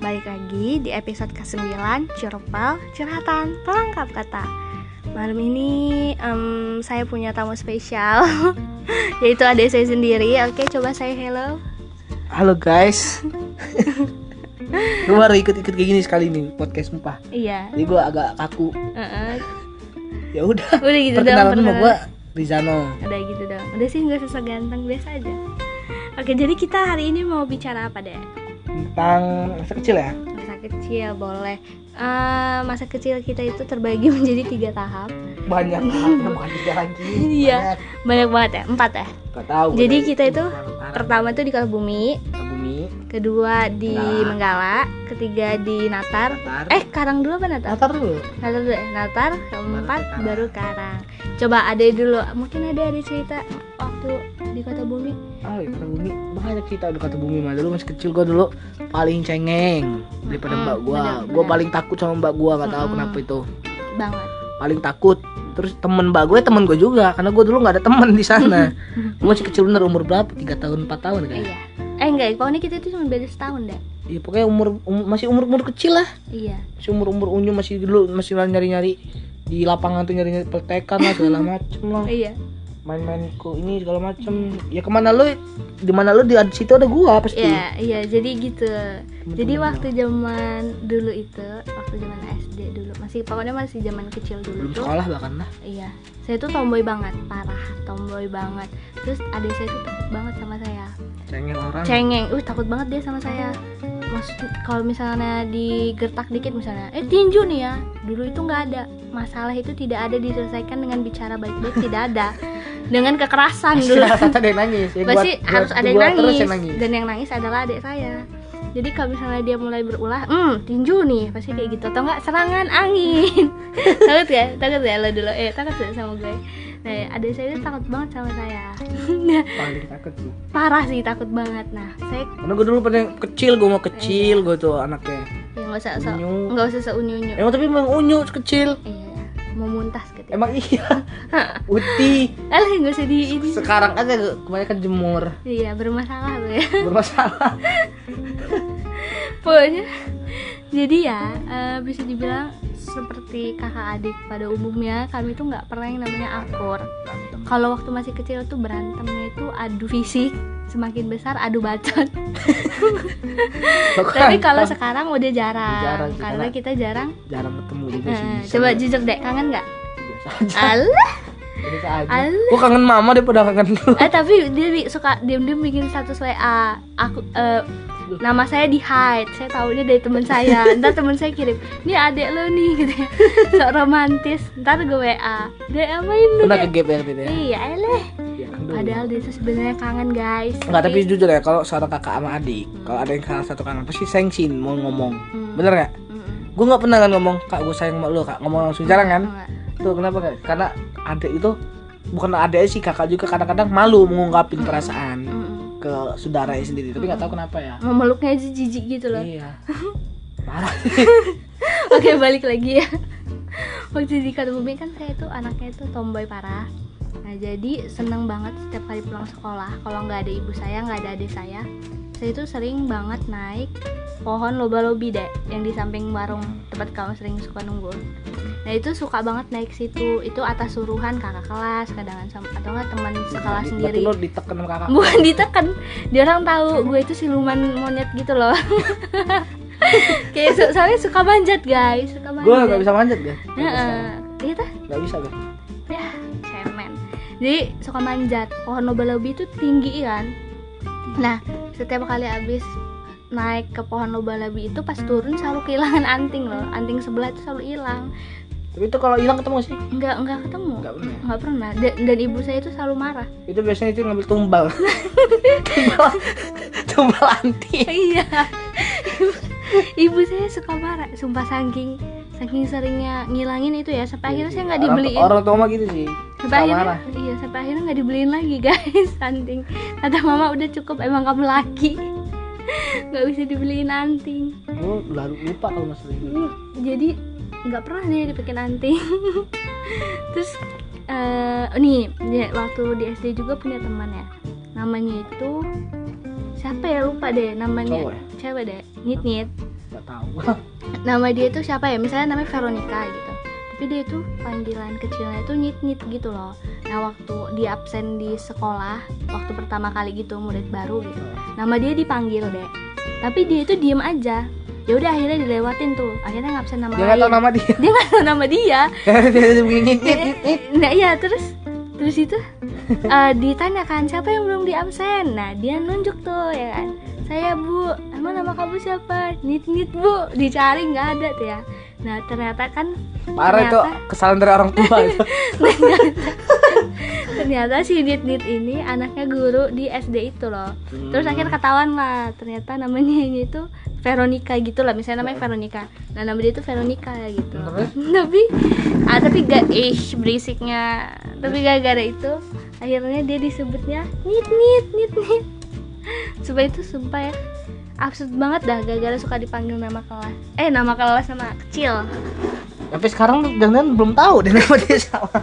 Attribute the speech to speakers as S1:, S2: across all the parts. S1: balik lagi di episode ke-9 Curupal Curhatan Pelengkap Kata Malam ini em, saya punya tamu spesial Yaitu adik saya sendiri Oke coba saya hello
S2: Halo guys. gue baru ikut-ikut kayak gini sekali nih podcast sumpah.
S1: Iya
S2: Jadi gue agak kaku.
S1: eh, eh.
S2: Ya udah.
S1: Udah gitu
S2: Perkenalan
S1: dong
S2: nama gue Rizano.
S1: Udah gitu dong Udah sih nggak susah ganteng biasa aja Oke jadi kita hari ini mau bicara apa deh
S2: Tentang masa kecil ya.
S1: Masa kecil boleh Eh, Masa kecil kita itu terbagi menjadi tiga tahap
S2: Banyak banget bukan tiga lagi.
S1: Iya. Banyak banget ya Empat ya
S2: Gak tahu. gua
S1: Jadi
S2: dari
S1: kita itu
S2: Parah.
S1: Pertama tuh di Kalbumi
S2: Ke bumi,
S1: kedua di
S2: Nah.
S1: Menggala, ketiga di Natar.
S2: Natar.
S1: Eh, Karang dulu apa Natar?
S2: Natar dulu.
S1: Natar dulu ya. Natar, keempat
S2: Karang.
S1: baru Karang. Coba ada dulu, mungkin ada ada cerita waktu di Kota Bumi.
S2: Oh, ya, kata bumi. Banyak cerita di kata bumi mah dulu masih kecil gue dulu paling cengeng daripada
S1: Mm-mm,
S2: mbak gue.
S1: benar-benar.
S2: Gue paling takut sama mbak gue nggak tahu
S1: Mm-mm.
S2: kenapa itu.
S1: Banget.
S2: paling takut terus temen mbak gue temen gue juga karena gue dulu nggak ada temen di sana Gue masih kecil bener umur berapa tiga tahun empat tahun kan
S1: Iya. Eh enggak, pokoknya kita itu cuma beda setahun dah.
S2: ya pokoknya umur, um- masih umur umur kecil lah
S1: Iya.
S2: masih umur umur unyu masih dulu masih nyari nyari di lapangan tuh nyari nyari peltekan lah segala macem lah
S1: Iya.
S2: main main ku ini segala macem ya kemana lu di mana lu di ad- situ ada gua pasti
S1: Iya, iya, jadi gitu.
S2: Temen-temen
S1: Jadi
S2: gua.
S1: waktu zaman dulu itu, waktu zaman SD dulu, masih pokoknya masih zaman kecil dulu
S2: belum
S1: tuh.
S2: sekolah bahkan lah
S1: Iya, saya tuh tomboy banget, parah, tomboy banget. Terus adik saya tuh takut banget sama saya.
S2: cengeng orang
S1: Cengeng, uh takut banget dia sama saya. Maksud kalau misalnya digertak dikit misalnya, eh tinju nih ya. Dulu itu nggak ada. Masalah itu tidak ada diselesaikan dengan bicara baik-baik tidak ada. Dengan kekerasan
S2: Pasti
S1: dulu.
S2: ada yang nangis ya, gua-
S1: Pasti
S2: gua-
S1: harus ada yang
S2: gua
S1: nangis,
S2: terus yang nangis
S1: dan yang nangis adalah adik saya. Jadi kalau misalnya dia mulai berulah, hmm tinju nih pasti kayak gitu atau enggak serangan angin. takut ya, takut ya lo dulu. Eh takut ya sama gue. Nah adik saya itu takut banget sama saya.
S2: paling takut gua.
S1: Parah sih takut banget. Nah saya
S2: Karena gue dulu pada kecil, gue mau kecil, gue tuh anaknya.
S1: ya nggak usah so,
S2: Unyu.
S1: nggak usah seunyu-unyu.
S2: Emang tapi emang unyu kecil.
S1: Iya, mau muntah ketika.
S2: Emang iya. Putih.
S1: Alah nggak usah di ini.
S2: Sekarang aja gua- kebanyakan jemur.
S1: Iya bermasalah gue.
S2: Bermasalah.
S1: Pokoknya jadi ya eh, bisa dibilang seperti kakak adik pada umumnya kami tuh nggak pernah yang namanya akur. Kalau waktu masih kecil tuh berantemnya itu adu fisik, semakin besar adu bacot.
S2: kan
S1: Tapi kalau sekarang udah jarang,
S2: Jarang sih,
S1: karena
S2: karena-
S1: kita jarang.
S2: jarang ketemu juga sih.
S1: Eh,
S2: bisa.
S1: coba jujur deh, kangen nggak?
S2: Biasa aja.
S1: Alah,
S2: Biasa aja.
S1: alah.
S2: Gua kangen mama daripada kangen lu.
S1: Eh tapi dia bi- suka diem-diem bikin status WA. Aku eh, nama saya di hide. Saya tahunya dari teman saya. Ntar teman saya kirim, "Ini adek lo nih." gitu ya. Sok romantis. Ntar gue WA. Dia apain lu?
S2: Pernah ke
S1: Dek?"
S2: gap ya gitu ya.
S1: Iya, eleh.
S2: Ya, kan dulu.
S1: Padahal dia tuh sebenarnya kangen, guys.
S2: Enggak tapi jujur ya kalau seorang kakak sama adik, kalau ada yang salah satu kangen pasti sengsin mau ngomong.
S1: Hmm.
S2: Bener nggak?
S1: Mm-mm.
S2: Gue nggak pernah kan ngomong kak gue sayang sama lu kak ngomong langsung jarang kan?
S1: Enggak.
S2: Tuh kenapa Kak? Karena adik itu bukan adik sih kakak juga kadang-kadang malu mengungkapin perasaan
S1: Mm-mm.
S2: ke saudaranya sendiri tapi nggak tahu kenapa ya.
S1: Memeluknya aja jijik gitu loh.
S2: Iya. Parah.
S1: Oke, balik lagi ya. Waktu di Bumi kan saya tuh anaknya tuh tomboy parah. Nah, jadi seneng banget setiap kali pulang sekolah. Kalau nggak ada ibu saya, nggak ada adik saya, saya itu sering banget naik pohon loba-lobi deh yang di samping warung tempat kamu sering suka nunggu. Nah itu suka banget naik situ. Itu atas suruhan kakak kelas, kadang sama atau nggak teman sekolah
S2: Berarti
S1: sendiri.
S2: lo ditekan sama kakak.
S1: bukan ditekan kan dia orang tahu gue itu siluman monyet gitu loh kayak so- soalnya suka manjat guys suka manjat
S2: Gue nggak bisa manjat ya.
S1: Heeh. iya tah
S2: Nggak bisa gue.
S1: ya cemen jadi suka manjat pohon loba-lobi itu tinggi kan nah setiap kali abis naik ke pohon loba-lobi itu pas turun selalu kehilangan anting loh anting sebelah itu selalu hilang
S2: Tapi itu kalau hilang ketemu sih.
S1: nggak nggak ketemu
S2: Nggak pernah. ya.
S1: nggak pernah dan, dan ibu saya itu selalu marah
S2: Itu biasanya itu ngambil tumbal. tumbal. Tumbal anti.
S1: iya ibu saya suka marah sumpah saking saking seringnya ngilangin itu ya sampai akhirnya saya nggak
S2: Iya Orang-
S1: dibeliin
S2: Orang tua mah gitu sih.
S1: sampai
S2: Suka
S1: akhirnya
S2: marah.
S1: iya sampai akhirnya nggak dibeliin lagi guys anting kata mama udah cukup emang kamu laki nggak bisa dibeliin anting
S2: Gue lalu lupa kalau masalah itu.
S1: Hmm, jadi nggak pernah dia dipakein anting terus eh nih dia waktu di SD juga punya teman ya namanya itu siapa ya lupa deh namanya
S2: Cowok ya?
S1: cewek deh nit nit
S2: Nggak Wah,
S1: nama dia itu siapa ya misalnya namanya Veronica gitu tapi dia itu panggilan kecilnya itu nyit nyit gitu loh nah waktu dia absen di sekolah waktu pertama kali gitu murid baru gitu nama dia dipanggil deh tapi dia itu diem aja ya udah akhirnya dilewatin tuh akhirnya ngabsen nama
S2: dia nggak tahu
S1: lain
S2: nama dia
S1: dia nggak tahu nama dia
S2: dia begini nyit, nyit, nyit.
S1: nah iya terus terus itu eh, ditanya kan siapa yang belum di absen nah dia nunjuk tuh ya kan saya bu emang nama kamu siapa nit nit bu dicari nggak ada tuh ya nah ternyata kan
S2: parah itu
S1: ternyata-
S2: kesalahan dari orang tua itu.
S1: ternyata si nit nit ini anaknya guru di SD itu loh terus
S2: Hmm.
S1: akhirnya ketahuan lah ternyata namanya ini tuh Veronica gitu lah misalnya namanya Veronica nah nama dia tuh Veronica gitu
S2: Nah, Terus?
S1: tapi ah tapi gak ih berisiknya tapi gara-gara itu akhirnya dia disebutnya nit nit nit nit sumpah itu sumpah ya absurd banget dah gara-gara suka dipanggil nama kelas eh nama kelas sama kecil
S2: tapi sekarang tuh jangan belum tahu deh nama dia siapa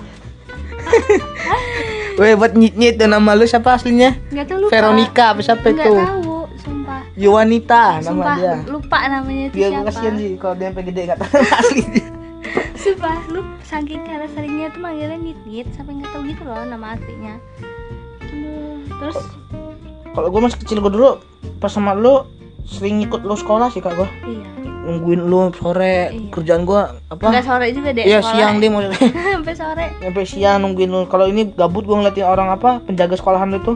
S2: Weh buat nyit nyit dan nama lu siapa aslinya?
S1: nggak tahu lupa
S2: Veronica apa siapa
S1: nggak
S2: itu?
S1: tahu sumpah
S2: Yuwanita nama
S1: sumpah
S2: dia.
S1: lupa namanya itu
S2: Dia
S1: siapa
S2: kasihan sih kalau dia sampai gede enggak tahu nama asli dia.
S1: Sumpah, lu saking karena seringnya tuh manggilnya nit-nit sampai nggak tahu gitu loh nama aslinya. Aduh, Terus
S2: Kalau gua masih kecil gua dulu pas sama lu sering ikut lu sekolah sih kak gua
S1: iya.
S2: nungguin lu sore
S1: Iya.
S2: kerjaan gua
S1: Enggak
S2: apa?
S1: sore juga deh
S2: Iya
S1: sekolah. ya?
S2: siang dia maksudnya
S1: sampai sore.
S2: sampai siang nungguin lu. Kalau ini gabut gua ngeliatin orang apa penjaga sekolahan lu itu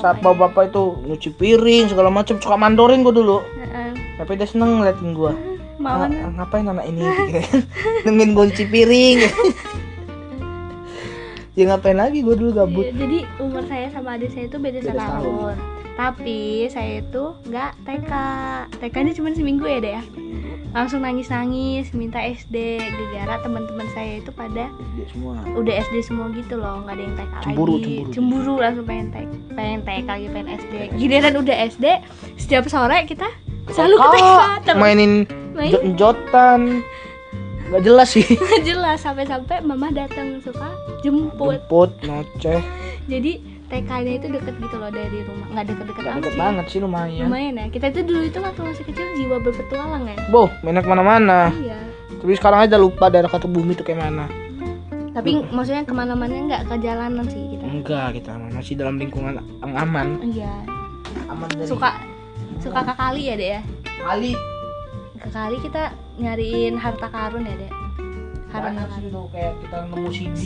S2: saat
S1: Bapak-bapak.
S2: bapak itu nyuci piring segala macem suka mandorin gua dulu
S1: Heeh.
S2: tapi dia seneng ngeliatin gua
S1: Mama
S2: Ah, ah, ngapain anak ini nungguin gue cuci piring ya ngapain lagi gue dulu gabut
S1: Iya, Jadi umur saya sama adik saya itu beda
S2: Beda
S1: setahun.
S2: setahun.
S1: Tapi saya itu nggak TK. TK nya cuma seminggu ya deh ya. Langsung nangis-nangis, minta SD gegara teman-teman saya itu pada
S2: semua
S1: udah SD semua gitu loh nggak ada yang TK
S2: Cemburu,
S1: lagi
S2: cemburu.
S1: langsung pengen TK pengen TK lagi pengen SD giliran udah SD setiap sore kita selalu ke TK terus main,
S2: mainin jo- jotan nggak jelas sih
S1: nggak jelas sampai-sampai mama datang suka jemput
S2: jemput noceh
S1: jadi TK-nya itu deket gitu loh dari rumah nggak deket-deket
S2: gak deket
S1: amat sih.
S2: banget iya. sih lumayan
S1: lumayan ya kita itu dulu itu waktu masih kecil jiwa berpetualang ya
S2: boh mainnya kemana-mana
S1: iya
S2: tapi sekarang aja lupa daerah kata bumi itu kayak mana
S1: tapi maksudnya kemana-mana nggak ke jalanan sih kita
S2: enggak kita mah masih dalam lingkungan yang aman
S1: iya
S2: aman dari
S1: suka suka ke kali ya deh ya
S2: kali
S1: ke kali kita nyariin harta karun ya dek harta
S2: banyak sih
S1: karun
S2: tuh kayak kita nemu CD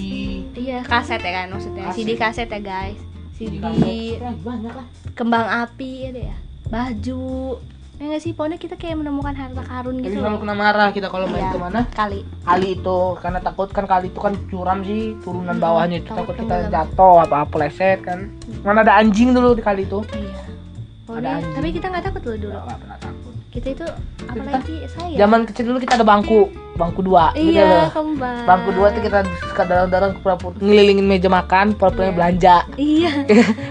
S1: iya kaset ya kan maksudnya
S2: Kaset.
S1: CD kaset ya guys
S2: di
S1: CD
S2: kaset. Ya, banyak lah
S1: kembang api ya deh ya baju ya nggak sih pokoknya kita kayak menemukan harta karun
S2: Tapi
S1: gitu
S2: selalu
S1: loh
S2: kena marah kita kalau main
S1: Iya.
S2: kemana
S1: kali
S2: kali itu karena takut kan kali itu kan curam sih turunan
S1: Hmm,
S2: bawahnya itu
S1: takut Hmm.
S2: takut kita
S1: tenggelam.
S2: jatuh apa apa leset kan mana ada anjing dulu di kali itu
S1: iya Pokoknya-
S2: anjing.
S1: tapi kita nggak takut loh dulu
S2: Nggak pernah takut
S1: kita itu apalagi saya
S2: zaman kecil dulu kita ada bangku bangku dua gitu
S1: iya
S2: loh
S1: kembang
S2: bangku dua tuh kita suka dalam-dalam pura-pura ngelilingin meja makan pura-pura
S1: Iya.
S2: belanja
S1: iya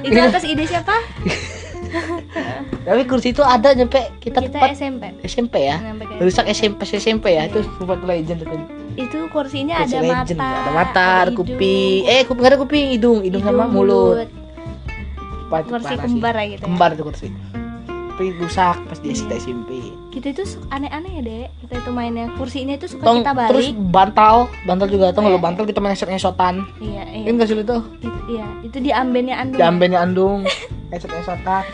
S1: itu atas ide siapa
S2: tapi kursi itu ada nyampe
S1: kita
S2: kita,
S1: Hmm,
S2: tepat
S1: SMP
S2: SMP ya
S1: Sampai kayak-
S2: rusak SMP SMP ya
S1: Iya.
S2: itu sempat legend tuh
S1: itu kursinya
S2: Kursi
S1: ada
S2: legend
S1: mata
S2: ada mata ada
S1: hidung,
S2: kuping eh kuping ada kuping hidung hidung, sama mulut Wah, itu
S1: kursi
S2: parah sih.
S1: kembar lah gitu ya.
S2: kembar tuh kursi tapi rusak pas di
S1: Iya.
S2: SMP
S1: kita itu su- aneh-aneh ya dek kita itu mainnya kursinya itu suka
S2: Tong,
S1: kita balik
S2: terus bantal bantal juga tau nggak lo
S1: Eh.
S2: bantal kita main esot esotan
S1: iya iya
S2: kan gak sih lo tuh
S1: itu, iya itu di ambennya andung
S2: jambennya andung esot esotan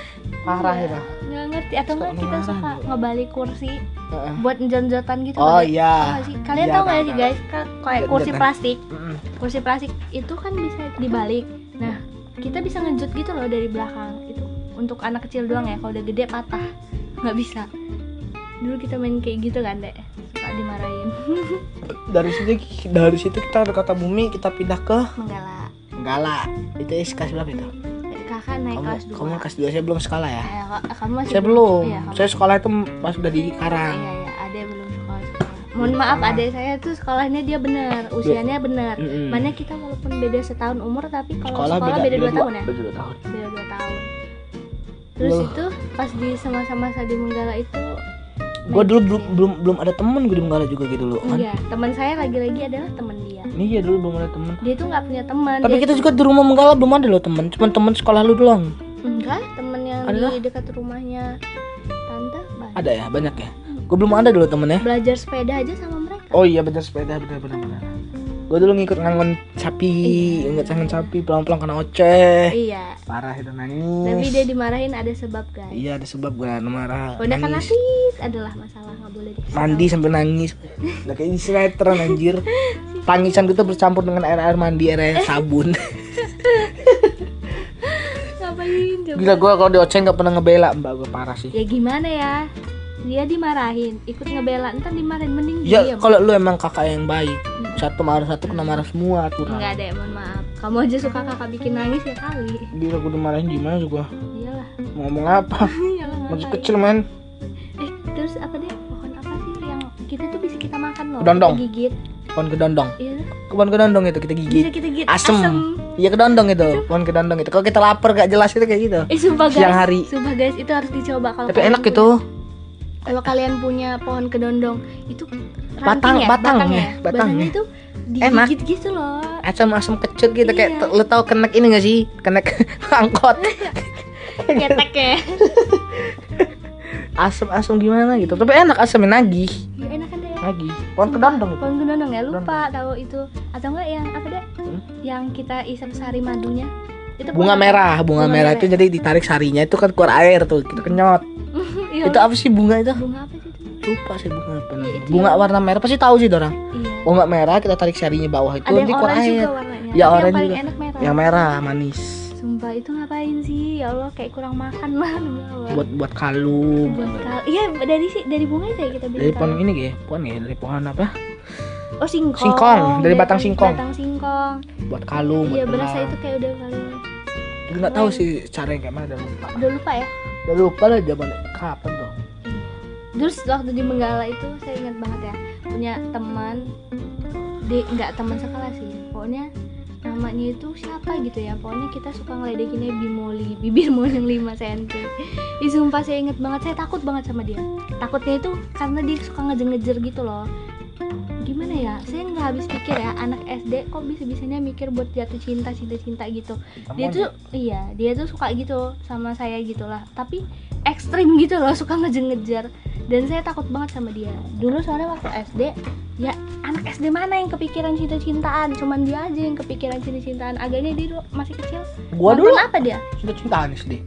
S2: parah
S1: Iya.
S2: ya Bang.
S1: nggak ngerti atau
S2: Suka
S1: nggak kita
S2: mengarang
S1: suka
S2: juga.
S1: ngebalik kursi
S2: Heeh.
S1: buat njon-jontan gitu
S2: oh
S1: Dek. Tau
S2: iya
S1: nggak sih? kalian
S2: Iya,
S1: tahu nggak
S2: tahu,
S1: sih
S2: tahu. Iya,
S1: guys Ka- kayak kursi
S2: Njon-jontan.
S1: plastik
S2: Mm-mm.
S1: kursi plastik itu kan bisa dibalik nah kita bisa ngejut gitu loh dari belakang itu untuk anak kecil doang ya kalau udah gede patah nggak bisa dulu kita main kayak gitu kan dek suka dimarahin
S2: dari situ dari situ kita ada kata bumi kita pindah ke
S1: menggala
S2: Gala itu SK berapa itu
S1: kakak naik
S2: kamu
S1: kelas dua
S2: kamu kelas dua saya belum sekolah ya
S1: Eh, kok- kamu masih
S2: saya belum
S1: Iya, kamu-
S2: saya sekolah itu pas udah di Karang
S1: Iya, iya, ade belum sekolah. sekolah. Mohon maaf,
S2: Sekolah.
S1: ade saya tuh sekolahnya dia benar,
S2: Iya.
S1: usianya benar.
S2: Mm-mm.
S1: Mana kita walaupun beda setahun umur tapi kalau
S2: Hmm. sekolah,
S1: sekolah,
S2: beda,
S1: beda, dua tahun ya.
S2: beda dua tahun
S1: Beda dua tahun. Terus
S2: Loh.
S1: itu pas di sama-sama di Menggala itu
S2: gue dulu belum
S1: Iya.
S2: belum belum ada temen gue di Menggala juga gitu loh kan
S1: Iya, teman saya lagi-lagi adalah teman dia.
S2: ini ya dulu belum ada temen
S1: Dia tuh nggak punya teman.
S2: tapi
S1: dia-
S2: kita juga di rumah Menggala belum ada loh temen cuma temen sekolah lu doang
S1: enggak, teman yang
S2: Adalah.
S1: di dekat rumahnya tante banyak.
S2: ada ya banyak ya gue belum ada dulu temennya
S1: belajar sepeda aja sama mereka
S2: oh iya bener sepeda bener bener bener gue dulu ngikut ngangon sapi ngikut ngangon sapi pelan pelan kena oceh
S1: iya
S2: parah itu
S1: tapi dia
S2: nangis
S1: dimarahin ada sebab guys
S2: iya ada sebab gue marah
S1: udah kan
S2: nangis
S1: nangis adalah masalah nggak boleh dikasih tahu.
S2: mandi sambil nangis udah kayak di sinetron anjir tangisan kita bercampur dengan air air mandi air air sabun
S1: ngapain coba
S2: gila gue kalau di oceh nggak pernah ngebela mbak gue parah sih
S1: ya gimana ya dia dimarahin ikut ngebela entar dimarahin mending
S2: Ya
S1: diam
S2: kalau lu emang kakak yang baik Satu marah satu kena marah semua aturan
S1: nggak ada mohon maaf kamu aja suka kakak bikin nangis ya kali
S2: Bila gue dimarahin gimana juga
S1: iyalah
S2: Mau ngomong apa
S1: iyalah
S2: Masih
S1: ngapain.
S2: kecil men
S1: eh terus apa deh pohon apa sih yang kita tuh bisa kita makan loh
S2: Dondong.
S1: kita gigit
S2: Pohon kedondong
S1: iya
S2: Pohon kedondong itu kita gigit
S1: bisa kita gigit
S2: Asem Iya kedondong itu Pohon kedondong itu Kalau kita lapar gak jelas itu kayak gitu
S1: eh sumpah guys
S2: Siang hari.
S1: sumpah guys itu harus dicoba kalau
S2: Tapi
S1: kalian
S2: enak
S1: punya-
S2: itu
S1: kalau kalian punya pohon kedondong itu
S2: Batang-
S1: ranting ya,
S2: batang
S1: batangnya
S2: ya, batang.
S1: batangnya itu
S2: Enak.
S1: digigit gitu loh
S2: Asam-asam kecut gitu
S1: Iya.
S2: Kayak t- lu tau kenek ini gak sih Kenek angkot
S1: ketek ya
S2: Asam-asam gimana gitu Tapi enak asamnya nagih
S1: Ya, enak kan deh
S2: Nagih Pohon kedondong itu
S1: pohon kedondong ya lupa tahu itu atau enggak yang apa deh yang kita isap sari madunya itu
S2: Hmm? Bunga
S1: pohon-
S2: merah
S1: Bunga
S2: Bunga,
S1: merah.
S2: merah,
S1: ya.
S2: itu jadi ditarik sarinya Itu kan keluar air tuh Kita kenyot
S1: Iya.
S2: Itu apa sih bunga itu
S1: bunga apa sih itu
S2: lupa sih bunga apa namanya.
S1: Iya, itu
S2: bunga
S1: yang-
S2: warna merah pasti tahu sih orang
S1: iya
S2: bunga merah kita tarik sarinya bawah itu
S1: ada yang
S2: nanti keluar
S1: oranye
S2: Oh, air
S1: juga warnanya
S2: Ya,
S1: Tapi
S2: oranye
S1: yang paling
S2: juga.
S1: enak merah
S2: yang merah manis
S1: sumpah itu ngapain sih ya allah kayak kurang makan lah demi Allah.
S2: buat buat kalung
S1: buat kal iya dari si dari bunga itu ya kita bikin
S2: dari
S1: kalung.
S2: pohon ini gak ya? pohon ya dari pohon apa
S1: oh singkong Iya,
S2: Singkong, dari batang singkong.
S1: batang singkong
S2: buat kalung
S1: iya
S2: buat
S1: berasa
S2: gelang.
S1: itu kayak udah paling
S2: Tapi nggak tahu sih cara yang kayak mana udah lupa
S1: udah lupa ya
S2: udah lupa lah zaman kapan dong
S1: terus waktu di Menggala itu saya ingat banget ya punya teman di nggak teman sekolah sih pokoknya namanya itu siapa gitu ya pokoknya kita suka ngeledekinnya bimoli bibir yang 5 cm Ih sumpah saya inget banget saya takut banget sama dia takutnya itu karena dia suka ngejer-ngejer gitu loh gimana ya saya nggak habis pikir ya anak SD kok bisa-bisanya mikir buat jatuh cinta cinta-cinta gitu dia
S2: Namun,
S1: tuh iya dia tuh suka gitu sama saya gitulah tapi ekstrim gitu loh suka ngejar-ngejar dan saya takut banget sama dia dulu soalnya waktu SD ya anak SD mana yang kepikiran cinta-cintaan cuman dia aja yang kepikiran cinta-cintaan agaknya dia dulu masih kecil
S2: gua dulu
S1: Nonton apa dia
S2: sudah cintaan SD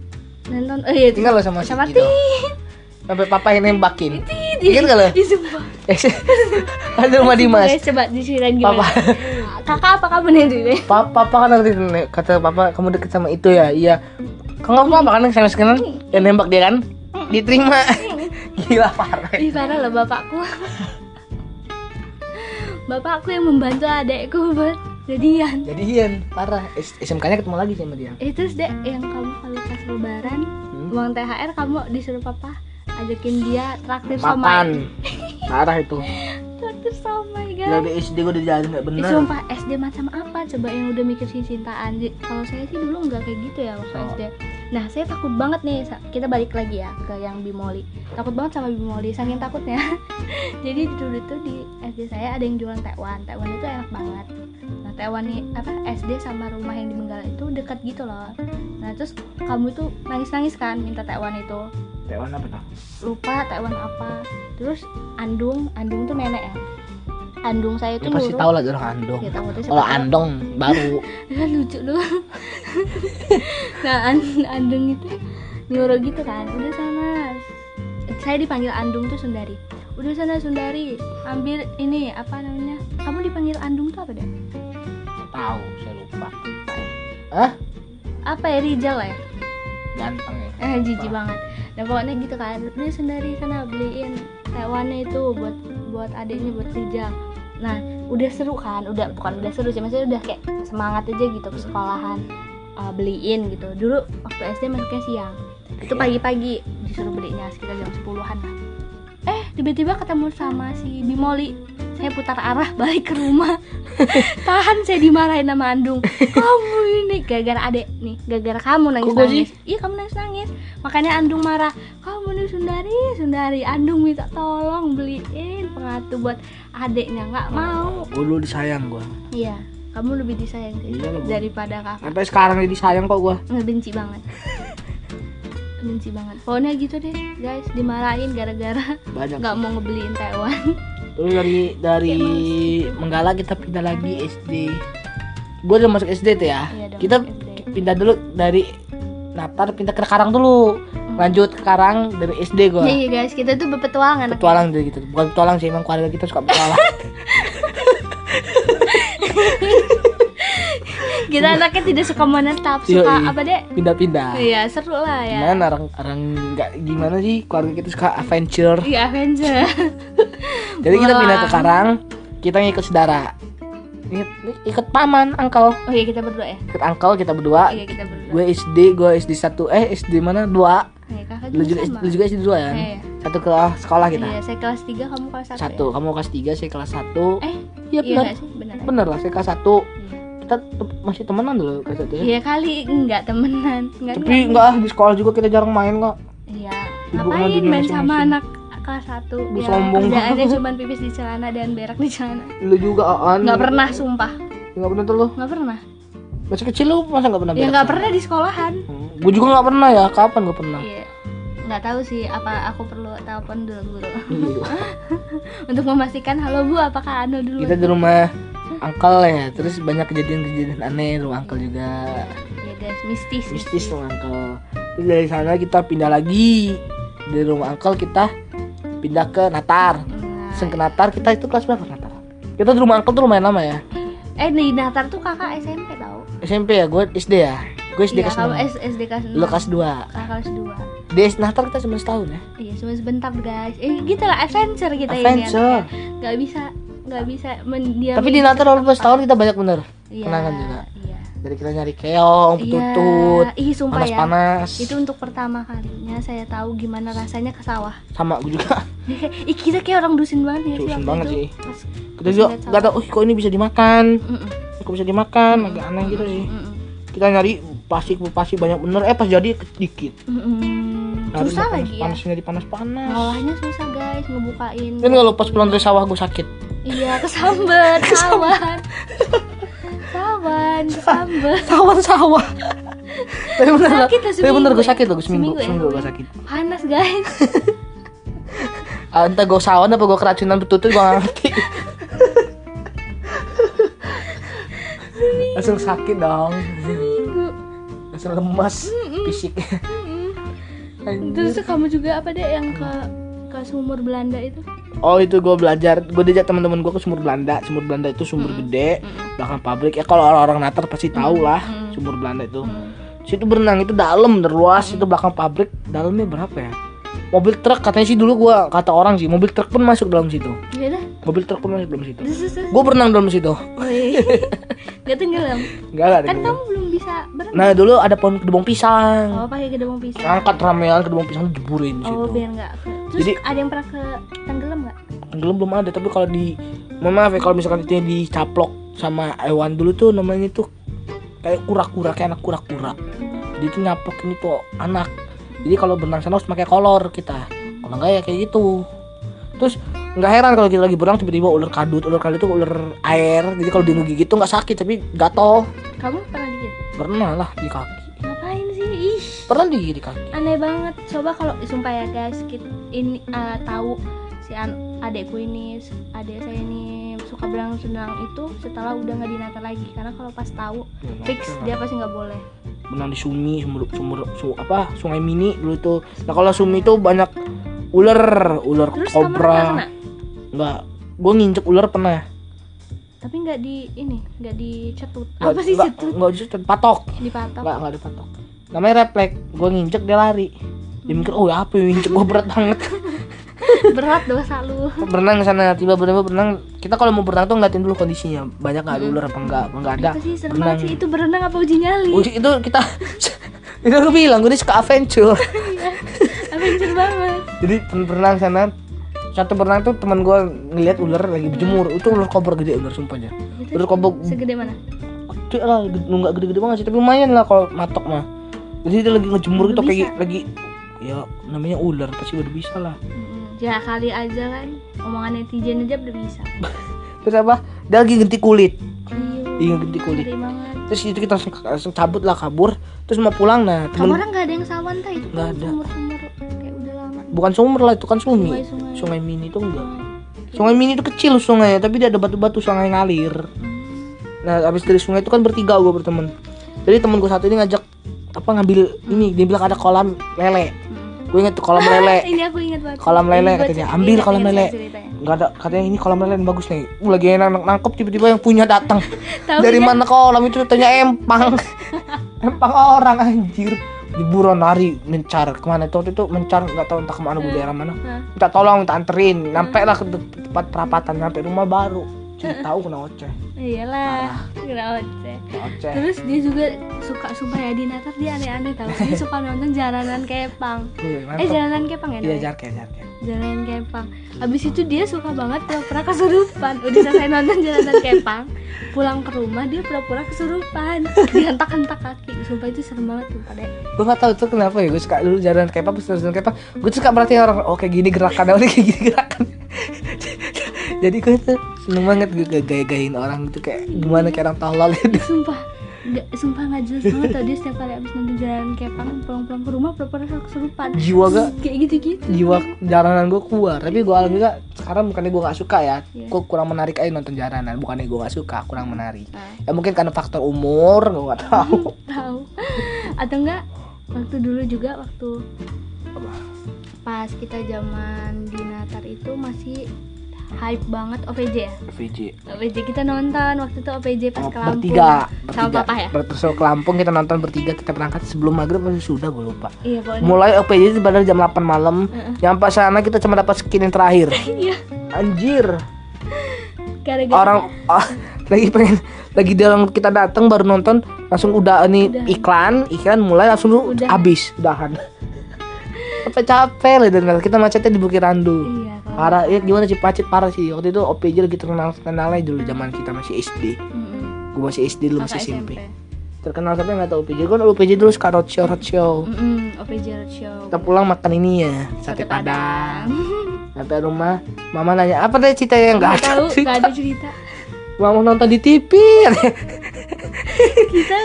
S1: nonton oh iya
S2: tinggal lah sama si
S1: sama
S2: Tito.
S1: Titi
S2: sampai papa yang nembakin
S1: Ih,
S2: Ingat nggak lo?
S1: ih, sumpah.
S2: Eh, ada rumah Dimas
S1: Guys, coba disirin gimana
S2: papa
S1: kakak apa kamu nih Dede?
S2: Pa- papa kan ngerti nek, kata papa kamu deket sama itu ya iya kamu apa apa kan yang sms kanan yang nembak dia kan diterima gila parah
S1: Ih parah loh bapakku Bapakku yang membantu adekku buat jadian
S2: jadi Ian parah S- SMK nya ketemu lagi sama dia
S1: Eh terus dek yang kamu kalau pas lebaran
S2: Hmm.
S1: Uang THR kamu disuruh papa Ajakin dia traktir somai
S2: papan
S1: ya.
S2: parah itu
S1: Traktir somai guys
S2: dari SD gue udah jalan nggak
S1: Eh,
S2: benar
S1: sumpah SD macam apa coba yang udah mikir cintaan Kalau saya sih dulu nggak kayak gitu ya waktu
S2: Oh.
S1: SD Nah saya takut banget nih Sa- Kita balik lagi ya ke yang Bimoli Takut banget sama Bimoli Saking takutnya Jadi dulu tuh di SD saya ada yang jualan tekwan Tekwan itu enak banget Nah tekwan nih apa SD sama rumah yang di Menggala itu dekat gitu loh Nah terus kamu tuh nangis-nangis kan minta tekwan itu
S2: Tewan apa tuh
S1: Lupa tekwan apa Terus Andung Andung tuh nenek ya Andung saya
S2: ya,
S1: tuh
S2: pasti
S1: nyuruh-
S2: tahu lah Oh, dia orang andong
S1: Ya, tahu tuh siapa
S2: kalau
S1: tahu.
S2: andong baru
S1: Ya, lucu lu nah An- andung itu nyuruh gitu kan udah sana saya dipanggil andung tuh sundari udah sana sundari ambil ini apa namanya kamu dipanggil andung tuh apa deh
S2: tahu saya lupa
S1: Lupa ya.
S2: Hah?
S1: apa ya Rijal lah ya
S2: ganteng ya
S1: eh jijik banget nah pokoknya gitu kan udah sendiri sana beliin hewannya itu buat buat adiknya buat Rijal nah udah seru kan udah bukan udah seru sih maksudnya udah kayak semangat aja gitu ke sekolahan eh, beliin gitu dulu waktu SD masuknya siang itu pagi-pagi disuruh belinya sekitar jam 10-an lah eh tiba-tiba ketemu sama si Bimoli saya putar arah balik ke rumah tahan saya dimarahin sama Andung kamu ini gara-gara adek nih gara-gara kamu nangis
S2: gua sih?
S1: nangis iya kamu nangis nangis makanya Andung marah kamu nih Sundari Sundari Andung minta tolong beliin pengatu buat adeknya nggak
S2: Oh.
S1: mau
S2: gue dulu disayang gue
S1: iya kamu lebih disayang gitu sih
S2: Iya, lebih.
S1: daripada kakak
S2: sampai sekarang jadi disayang kok gue
S1: ngebenci banget benci banget pokoknya gitu deh guys dimarahin gara-gara
S2: banyak
S1: nggak mau ngebeliin Taiwan
S2: Terus dari dari Menggala kita pindah lagi SD. Gue udah masuk SD tuh ya.
S1: Iya dong,
S2: kita
S1: SD.
S2: pindah dulu dari Natar pindah ke Karang dulu. Lanjut ke Karang dari SD
S1: Hmm. Iya
S2: gue.
S1: iya, guys kita tuh berpetualang anak
S2: Petualang tuh gitu. Bukan petualang sih, emang keluarga kita suka petualang.
S1: kita anaknya tidak suka menetap
S2: Yoi.
S1: suka apa deh
S2: Pindah-pindah.
S1: iya seru lah ya
S2: Gimana orang orang nggak gimana sih keluarga kita suka adventure.
S1: iya Avenger
S2: Jadi kita pindah ke
S1: Petualang.
S2: Karang, kita ngikut saudara. Ikut, ikut paman, angkel.
S1: oh iya kita berdua ya
S2: Ikut angkel kita berdua.
S1: iya kita berdua
S2: Gue SD, gue SD 1 eh SD mana? 2.
S1: Iya, kakak
S2: lu juga,
S1: juga sama
S2: lu juga SD dua ya?
S1: Iya, iya.
S2: Satu kelas sekolah kita.
S1: iya saya kelas 3 kamu kelas 1
S2: satu, kamu kelas tiga, saya kelas satu.
S1: eh
S2: Iya
S1: iya
S2: benar.
S1: nggak sih benar ya?
S2: Bener lah, saya kelas satu.
S1: Iya.
S2: Kita te- masih temenan dulu kelas satu ya.
S1: Iya kan kali enggak temenan. Enggak
S2: Tapi enggak ah, di sekolah juga kita jarang main kok.
S1: Iya.
S2: Sibuk sama
S1: Ngapain
S2: dunia
S1: main sama
S2: masing-masing.
S1: anak kelas 1?
S2: Bu sombong.
S1: Kerjaannya cuma pipis di celana dan berak di celana.
S2: Lu juga Aan.
S1: Enggak pernah sumpah.
S2: Enggak pernah tuh lu.
S1: Enggak pernah.
S2: Masih kecil lu masa enggak pernah?
S1: Ya enggak pernah di sekolahan.
S2: Gue juga enggak pernah ya, kapan gue pernah?
S1: Iya. Enggak tahu sih apa aku perlu telepon dulu guru
S2: Iya.
S1: untuk memastikan halo Bu apakah Ano dulu.
S2: kita di rumah Angkel ya, terus banyak kejadian-kejadian aneh di rumah Angkel juga
S1: Iya guys, mistis.
S2: Mistis rumah Angkel Terus dari sana kita pindah lagi Dari rumah Angkel kita pindah ke Natar
S1: Nah,
S2: Sen ke Natar kita itu kelas berapa Natar? Kita di rumah angkel tuh lumayan lama ya.
S1: eh di Natar tuh kakak SMP tau
S2: SMP ya, gue SD ya. Gue SD
S1: Iya
S2: kelas
S1: kamu
S2: 6.
S1: S- SD kelas 6
S2: Lu kelas 2.
S1: Kakak kelas 2
S2: Di SD Natar kita cuma setahun ya.
S1: Iya cuma sebentar guys Eh gitu lah adventure kita ini
S2: Adventure.
S1: nggak bisa nggak bisa mendiam
S2: Tapi di Natar walaupun setahun kita banyak bener.
S1: Iya,
S2: kenangan juga.
S1: iya
S2: Dari kita nyari keong, tutut,
S1: Iya, ih sumpah ya
S2: panas-panas.
S1: itu untuk pertama kalinya saya tahu gimana rasanya ke sawah
S2: Sama gue juga.
S1: ih kita kayak orang dusin banget ya
S2: Dusin
S1: waktu
S2: banget
S1: itu.
S2: sih.
S1: Pas,
S2: Kita juga
S1: Lihat
S2: gak tau, "Ih, kok ini bisa dimakan?
S1: Mm-mm,
S2: Kok bisa
S1: Hmm.
S2: dimakan? Agak aneh gitu sih.
S1: mm-mm,
S2: Kita nyari plastik plastik banyak bener. Eh pas jadi dikit.
S1: mm-mm. susah lagi ya
S2: Panasnya dipanas-panas.
S1: ngolahnya susah guys ngebukain
S2: Kan kalau pas pulang dari sawah gue sakit.
S1: iya kesambet sawan sawan kesambet
S2: sawah-sawah tapi bener
S1: Sakit lah
S2: tapi bener
S1: seminggu
S2: gue
S1: ya.
S2: sakit loh gue seminggu
S1: Seminggu ya?
S2: seminggu gue sakit
S1: panas guys
S2: Ah, entah gue sawan apa gue keracunan betutu gue gak ngerti langsung sakit dong
S1: Minggu.
S2: langsung lemas fisik
S1: terus kamu juga apa deh yang ke ke sumur Belanda itu
S2: oh itu gue belajar gue diajak teman-teman gue ke sumur Belanda sumur Belanda itu sumur gede bahkan pabrik ya kalau orang-orang Natar pasti tahu lah sumur Belanda itu situ berenang itu dalam terluas itu belakang pabrik dalamnya berapa ya mobil truk katanya sih dulu gua kata orang sih mobil truk pun masuk dalam situ
S1: Iya dah.
S2: mobil truk pun masuk dalam situ
S1: Terus terus, terus.
S2: gua berenang dalam situ
S1: Woi. Gak tenggelam.
S2: enggak lah
S1: Kan
S2: gitu.
S1: kamu belum bisa berenang.
S2: nah dulu ada pohon kedebong pisang
S1: Oh, pakai gedebong pisang.
S2: angkat ramean kedebong pisang jeburin Ah, di
S1: Oh,
S2: situ
S1: biar nggak. Terus
S2: Jadi-
S1: ada yang pernah ke tenggelam nggak?
S2: Tenggelam belum ada tapi kalau di mohon maaf ya kalau misalkan itu dicaplok sama hewan dulu tuh namanya tuh kayak kura-kura kayak anak kura-kura jadi itu nyaplok ini tuh anak jadi kalau berenang sana harus pakai kolor kita kalau enggak ya kayak gitu terus nggak heran kalau kita lagi berenang tiba-tiba ular kadut ular kadut itu ular air jadi kalau di gigit tuh nggak sakit tapi gatel
S1: Kamu pernah dikit?
S2: pernah lah di kaki
S1: Ngapain sih? Ih,
S2: pernah di, di kaki
S1: aneh banget. Coba kalau sumpah ya guys, kita ini eh, tahu si an adekku ini, adek saya ini suka berenang senang itu setelah udah nggak dinata lagi karena kalau pas tahu fix dia pasti nggak boleh.
S2: berenang di sumi sumur sumur su- apa sungai mini dulu tuh nah kalau sumi tuh banyak ular ular
S1: Terus kamu pernah
S2: kobra
S1: kena?
S2: nggak gue nginjek ular pernah
S1: Tapi nggak di ini, nggak dicetut.
S2: Nggak-
S1: Apa sih
S2: nggak-
S1: cetut?
S2: nggak justru patok
S1: Dipatok.
S2: nggak nggak dipatok namanya refleks gue nginjek dia lari dia mikir oh ya apa yang nginjek gue berat banget
S1: Berat dosa lu.
S2: berenang sana tiba tiba berenang kita kalau mau berenang tuh ngeliatin dulu kondisinya banyak nggak ada ular apa enggak apa enggak ada
S1: Apa Hmm. Gitu sih serem
S2: berenang
S1: banget sih itu berenang apa uji nyali?
S2: Uji- itu kita itu gue bilang gue ini suka adventure
S1: Adventure banget.
S2: jadi temen berenang sana satu berenang tuh teman gue ngeliat ular lagi berjemur itu ular kobra gede ular sumpah aja
S1: Itu
S2: ular kobra
S1: segede mana?
S2: gede lah gede- nggak gede-gede banget sih tapi lumayan lah kalau matok mah jadi dia lagi ngejemur gitu kayak lagi ya namanya ular pasti udah bisa lah
S1: Mm-mm. Ya kali aja kan omongan netizen aja udah bisa.
S2: terus apa dia lagi ganti kulit
S1: Iya.
S2: Iya, gede kulit.
S1: Ngeri banget.
S2: terus itu kita langsung, langsung cabut lah kabur terus mau pulang nah
S1: kamu
S2: temen
S1: orang nggak ada yang sawan tah itu
S2: Nggak
S1: kan
S2: ada.
S1: sumur-sumur kayak udah lama
S2: bukan sumur lah itu kan sungai
S1: Sungai-sungai.
S2: sungai mini itu enggak sungai mini itu kecil sungai tapi dia ada batu-batu sungai ngalir nah habis dari sungai itu kan bertiga gue berteman jadi temen gue satu ini ngajak apa ngambil ini dia bilang ada kolam lele gue inget tuh kolam lele
S1: ini aku ingat banget
S2: Eh. Kolam lele
S1: Ini gua
S2: katanya,
S1: cerita-
S2: ambil
S1: ingat-
S2: kolam
S1: ingat
S2: lele.
S1: ceritanya.
S2: nggak ada katanya ini kolam lele yang bagus nih uh, lagi enak nang- nangkep tiba-tiba yang punya datang
S1: Tahunya-
S2: dari mana kolam itu tanya empang empang orang anjir di buron lari mencar kemana tuh waktu itu mencar nggak tahu entah kemana bu daerah mana
S1: Hah.
S2: minta tolong minta anterin nyampe lah ke te- tempat perapatan nyampe rumah baru Cih, tahu kena oceh
S1: iyalah ngerawat
S2: kena oceh
S1: terus dia juga suka sumpah ya di Natal dia aneh-aneh tau dia suka nonton jaranan kepang eh
S2: Wih, mantap
S1: jaranan kepang ya
S2: iya
S1: namanya?
S2: jarke jarke
S1: jaranan kepang abis itu dia suka banget pura-pura kesurupan udah selesai nonton jaranan kepang pulang ke rumah dia pura-pura kesurupan dihentak-hentak kaki sumpah itu serem banget sumpah deh
S2: gue gak tau tuh kenapa ya gue suka dulu jalan kepa pas jalan kepa gue suka merhatiin orang oh kayak gini gerakan orang kayak gini gerakan jadi gue tuh seneng banget gue gaya-gayain orang gitu kayak gimana kayak orang tolol gitu
S1: sumpah nggak sumpah nggak jelas banget tau dia setiap kali abis nonton jaranan kepang pulang-pulang ke rumah pura-pura kesurupan
S2: Jiwa gak?
S1: kayak gitu-gitu
S2: jiwa jaranan gue keluar tapi gue alami gak sekarang bukannya gue gak suka ya
S1: Iya.
S2: gue kurang menarik aja nonton jaranan bukannya gue gak suka kurang menarik
S1: Ah.
S2: ya mungkin karena faktor umur gue gak tahu
S1: tahu atau enggak waktu dulu juga waktu
S2: Apa?
S1: pas kita zaman di Natar itu masih hype banget OPJ ya
S2: VJ
S1: OPJ kita nonton waktu itu OPJ pas ke Lampung
S2: bertiga
S1: sama
S2: bertiga
S1: papa ya
S2: Ber- terus ke Lampung kita nonton bertiga kita berangkat sebelum maghrib atau sudah gue lupa
S1: iya pokoknya
S2: mulai OPJ itu sebenarnya jam 8 malam
S1: Heeh.
S2: nyampe sana kita cuma dapat skin yang terakhir
S1: iya
S2: anjir
S1: gara-gara
S2: orang ah, lagi pengen lagi dorong kita datang baru nonton langsung udah ini
S1: Udah.
S2: iklan iklan mulai langsung lu
S1: Udah.
S2: habis udahan capek capek lah dan kita macetnya di Bukit Randu
S1: iya kalau
S2: parah ya gimana sih macet parah sih waktu itu OPJ lagi terkenal terkenalnya dulu zaman kita masih SD
S1: Mm-mm.
S2: gue masih SD lu
S1: Kakak
S2: masih SMP
S1: SMP.
S2: terkenal tapi nggak tahu OPJ gue OPJ dulu suka roadshow roadshow
S1: Mm-mm, OPJ Roadshow
S2: kita pulang makan ini ya sate, padang. sampai rumah mama nanya apa deh cita yang
S1: nggak
S2: nggak ada
S1: tahu nggak
S2: cerita
S1: ada cerita
S2: mama nonton di TV
S1: kita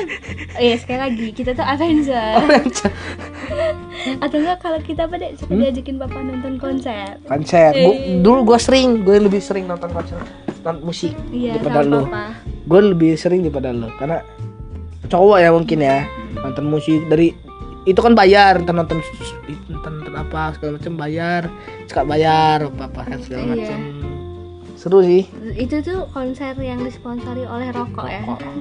S1: oh ya sekali lagi kita tuh Avenger atau enggak kalau kita pada suka
S2: Hmm?
S1: diajakin bapak nonton konser
S2: konser Gua-
S1: Eh.
S2: dulu gue sering gue lebih sering nonton konser nonton musik
S1: iya
S2: daripada
S1: sama
S2: lo
S1: papa
S2: gue lebih sering daripada lo karena cowok ya mungkin ya nonton musik dari itu kan bayar nonton nonton nonton, nonton apa segala macam bayar suka bayar apa apa kan
S1: Iya.
S2: segala macam seru sih
S1: itu tuh konser yang disponsori oleh rokok ya
S2: Rokok.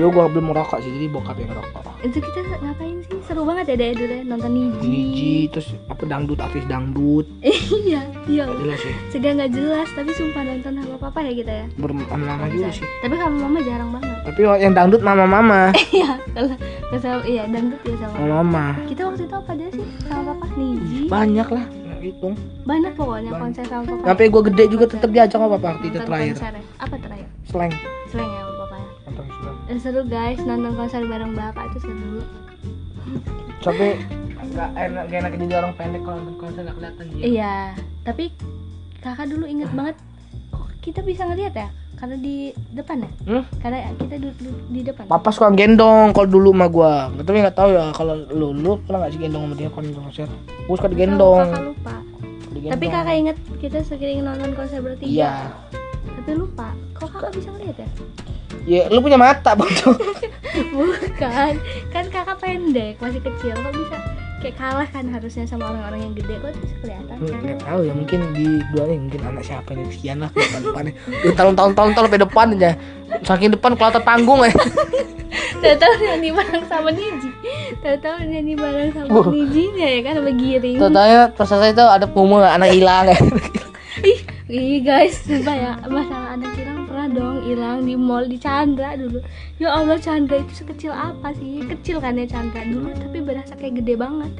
S2: dulu gue belum merokok sih jadi bokap yang merokok
S1: itu kita ngapain sih seru banget ya dari dulu ya. nonton Niji
S2: Niji terus apa dangdut artis dangdut
S1: iya iya
S2: Gak jelas sih
S1: Sega nggak jelas tapi sumpah nonton sama papa ya kita ya
S2: berlama-lama
S1: Konser.
S2: juga sih
S1: tapi kamu mama jarang banget
S2: tapi oh, yang dangdut mama mama
S1: iya kalau kalau sama- iya dangdut ya sama
S2: mama mama
S1: kita waktu itu apa aja sih sama papa Niji
S2: banyak lah nggak hitung
S1: banyak pokoknya
S2: Banyak.
S1: konser sama papa
S2: sampai gue gede juga tetap diajak sama papa waktu itu
S1: Nonton
S2: terakhir
S1: konser ya. apa terakhir
S2: slang
S1: sering ya sama papa ya
S2: Nonton slang.
S1: Eh, seru guys nonton konser bareng bapak itu seru
S2: sampai nggak enak gak enak jadi orang pendek kalau nonton konser nggak kelihatan gitu
S1: Iya, tapi kakak dulu inget banget kok kita bisa ngeliat ya karena di depan ya,
S2: hmm?
S1: karena kita duduk duduk di depan.
S2: papa suka gendong kalau dulu sama gue tapi nggak tahu ya kalau lu lu pernah nggak sih gendong sama dia kalau nonton konser gue suka digendong
S1: Kakak lupa.
S2: digendong.
S1: Tapi kakak inget kita sering nonton konser bertiga.
S2: iya
S1: Tapi lupa. Kok kakak bisa ngeliat ya?
S2: ya lu punya mata bang
S1: Bukan. Kan kakak pendek, masih kecil. Kok bisa kayak kalah kan harusnya sama orang-orang yang gede kok bisa kelihatan.
S2: Lu nggak tahu ya mungkin di dua nih mungkin anak siapa nih sekian lah ke depan depannya udah tahun tahun tahun tahun sampai depan aja saking depan kelihatan panggung ya
S1: Tahu-tahu nyanyi bareng sama Niji. Tahu-tahu nyanyi bareng sama
S2: Wah.
S1: Nijinya ya kan begiring.
S2: totalnya pas saya itu ada pengumuman anak hilang ya
S1: Ih, ih guys, sumpah ya masalah anak hilang pernah dong hilang di mall di Chandra dulu. Ya Allah Chandra itu sekecil apa sih? Kecil kan ya Chandra dulu, tapi berasa kayak gede banget.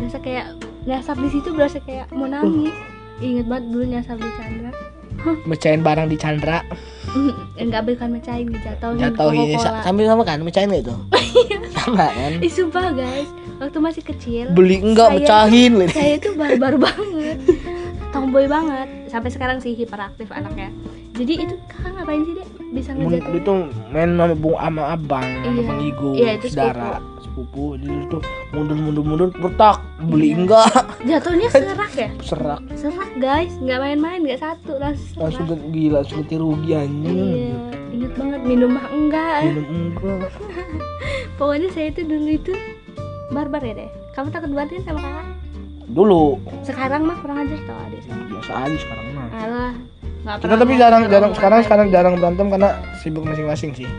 S1: Berasa kayak nyasar di situ berasa kayak mau nangis. Ingat banget dulu nyasar di Chandra.
S2: mecahin barang di Chandra
S1: Enggak bukan mecahin
S2: Oh,
S1: jatuhin
S2: jatuhin
S1: Coca-Cola.
S2: sambil sama kan mecahin nggak itu sama kan
S1: Ih, sumpah guys, waktu masih kecil
S2: beli enggak
S1: Saya-
S2: mecahin lid.
S1: saya itu barbar banget tomboy banget sampai sekarang sih hiperaktif anaknya jadi itu kakak ngapain sih dek bisa
S2: Mun-
S1: ngejatuhin
S2: Lu tuh main sama bung sama abang, sama
S1: Iya.
S2: Bang Igo,
S1: Iya, itu
S2: saudara, sepupu. Jadi lu tuh mundur-mundur-mundur bertak, beli enggak,
S1: jatuhnya serak ya
S2: serak.
S1: serak guys nggak main-main nggak satu langsung
S2: Langsung
S1: serak.
S2: ke- Hmm. gila, langsung ganti rugi anjing.
S1: iya inget banget minum mah enggak
S2: Minum enggak.
S1: pokoknya saya itu dulu itu barbar ya deh kamu takut banget kan sama kakak
S2: Dulu
S1: sekarang mah kurang ajar tau adik saya
S2: biasa aja sekarang mah.
S1: alah nggak pernah
S2: Kita
S1: gitu
S2: tapi
S1: ngomong-
S2: jarang
S1: nggak
S2: jarang
S1: ngomong
S2: sekarang
S1: apa-apa.
S2: sekarang jarang berantem karena sibuk masing-masing sih.
S1: Iya.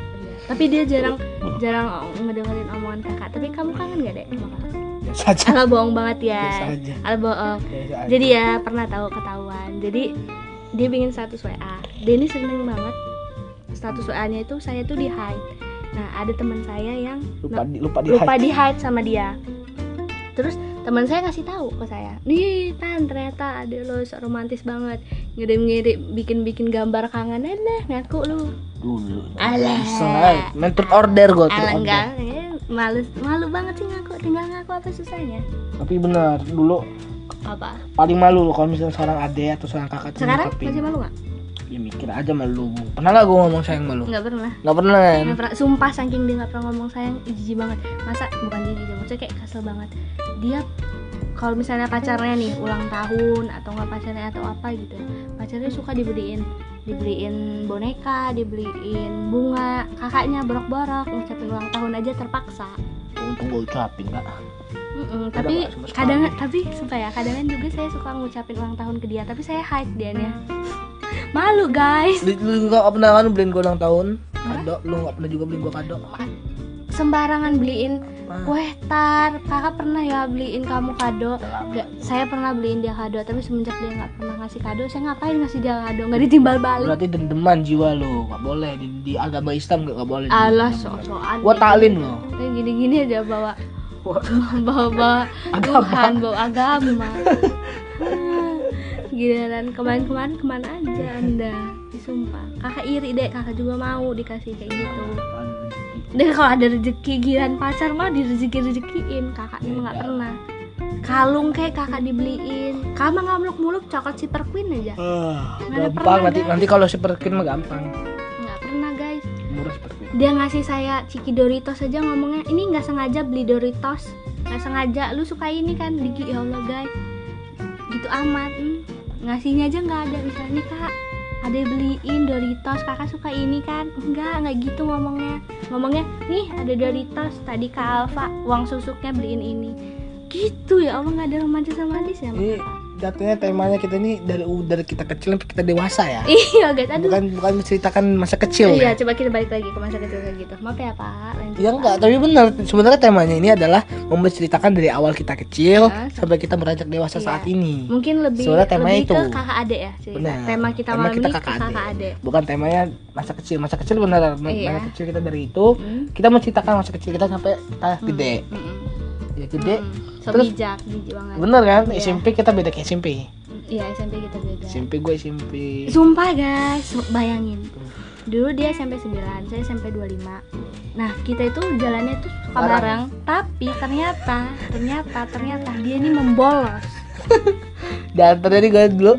S1: tapi dia jarang jarang ngedengerin omongan kakak tapi kamu kangen gak deh sama kakak
S2: Biasa aja.
S1: ala bohong banget ya
S2: Biasa aja.
S1: ala bohong
S2: Biasa aja.
S1: jadi ya pernah tahu ketahuan jadi dia bikin status WA dia ini seneng banget status WA nya itu saya tuh di hide nah ada teman saya yang
S2: lupa di lupa di
S1: lupa
S2: hide.
S1: di hide sama dia terus teman saya ngasih tahu ke saya nih tan ternyata ada lo sok romantis banget ngirim ngirim bikin bikin gambar kangen lah ngaku lu
S2: dulu.
S1: Alah.
S2: Bisa. eh. Main turn order gua turn
S1: ala
S2: order.
S1: enggak eh, malu malu banget sih ngaku tinggal ngaku apa susahnya
S2: Tapi benar, dulu
S1: apa
S2: paling malu loh kalau misalnya seorang adek atau seorang kakak tuh
S1: sekarang
S2: ngungkapin.
S1: masih malu nggak
S2: ya mikir aja malu pernah gak gue ngomong sayang malu
S1: nggak pernah
S2: nggak pernah kan
S1: Nggak pernah, sumpah saking dia nggak pernah ngomong sayang ih, jijik banget masa bukan jijik ya, maksudnya kayak kesel banget dia kalau misalnya pacarnya nih ulang tahun atau nggak pacarnya atau apa gitu ya, pacarnya suka dibeliin dibeliin boneka dibeliin bunga kakaknya borok-borok ngucapin ulang tahun aja terpaksa
S2: untung gue ucapin kak
S1: Mm-mm,
S2: Ada
S1: tapi
S2: nggak sama sekali?
S1: kadang tapi sumpah ya kadang juga saya suka ngucapin ulang tahun ke dia tapi saya hide dianya
S2: Hmm.
S1: malu guys
S2: lu nggak pernah kan beliin gue ulang tahun
S1: Hah?
S2: kado lu nggak pernah juga beliin gue kado
S1: sembarangan beliin
S2: Apa?
S1: Weh Tar, kakak pernah ya beliin kamu kado?
S2: Lama.
S1: Nggak, saya pernah beliin dia kado, tapi semenjak dia nggak pernah ngasih kado, saya ngapain ngasih dia kado? Nggak ditimbal balik.
S2: berarti dendeman jiwa lu nggak boleh di, di agama Islam nggak nggak boleh
S1: Alah, sok-sokan.
S2: gue taklin lo
S1: Kayak gini-gini aja bawa bawa Tuhan, bawa agama. Ah, Giliran kemarin-kemarin kemana aja anda? Sumpah, kakak iri deh, kakak juga mau dikasih kayak gitu. Dan kalau ada rezeki giliran pacar mah direzeki rezekiin kakaknya mah nggak pernah. Kalung kayak kakak dibeliin. Kamu nggak muluk muluk coklat si perqueen aja.
S2: Ah. gampang
S1: pernah,
S2: nanti
S1: guys.
S2: nanti kalau seperkin mah gampang
S1: Nggak pernah guys.
S2: murah seperti
S1: Dia ngasih saya ciki Doritos aja ngomongnya. Ini nggak sengaja beli Doritos. Nggak sengaja. Lu suka ini kan? Digi ya Allah guys. Gitu amat. hmm. Ngasihnya aja nggak ada. Misalnya nih kak ada yang beliin Doritos kakak suka ini kan enggak enggak gitu ngomongnya ngomongnya nih ada Doritos tadi kak Alfa uang susuknya beliin ini gitu ya Allah nggak ada romantis romantis ya
S2: ini jatuhnya temanya kita ini dari dari kita kecil sampai kita dewasa ya
S1: iya guys aduh
S2: bukan bukan menceritakan masa kecil
S1: iya
S2: ya
S1: coba kita balik lagi ke masa kecil kayak gitu maaf ya pak lanjut
S2: Ya enggak, tapi benar. Sebenarnya temanya ini adalah menceritakan dari awal kita kecil
S1: Ya.
S2: sampai kita beranjak dewasa
S1: Iya.
S2: saat ini.
S1: mungkin lebih
S2: Sebenarnya temanya
S1: lebih ke
S2: itu.
S1: kakak adik ya cerita.
S2: Benar.
S1: tema kita
S2: Tema
S1: malam ini
S2: kita
S1: ke
S2: kakak
S1: kakak,
S2: adik.
S1: adik
S2: Bukan temanya masa kecil, masa kecil benar.
S1: Iya.
S2: Masa kecil kita dari itu
S1: Hmm,
S2: kita menceritakan masa kecil kita sampai kita gede.
S1: mm, mm,
S2: Ya gede.
S1: mm. so
S2: Terus-
S1: bijak bijak banget
S2: Bener kan?
S1: Iya.
S2: SMP kita beda ke SMP.
S1: iya SMP kita beda
S2: SMP gue SMP.
S1: Sumpah guys, bayangin. Dulu dia SMP 9, saya SMP 25. Nah, kita itu jalannya tuh suka
S2: Bareng.
S1: bareng, tapi ternyata, ternyata, ternyata dia ini membolos.
S2: Dan tadi gue dulu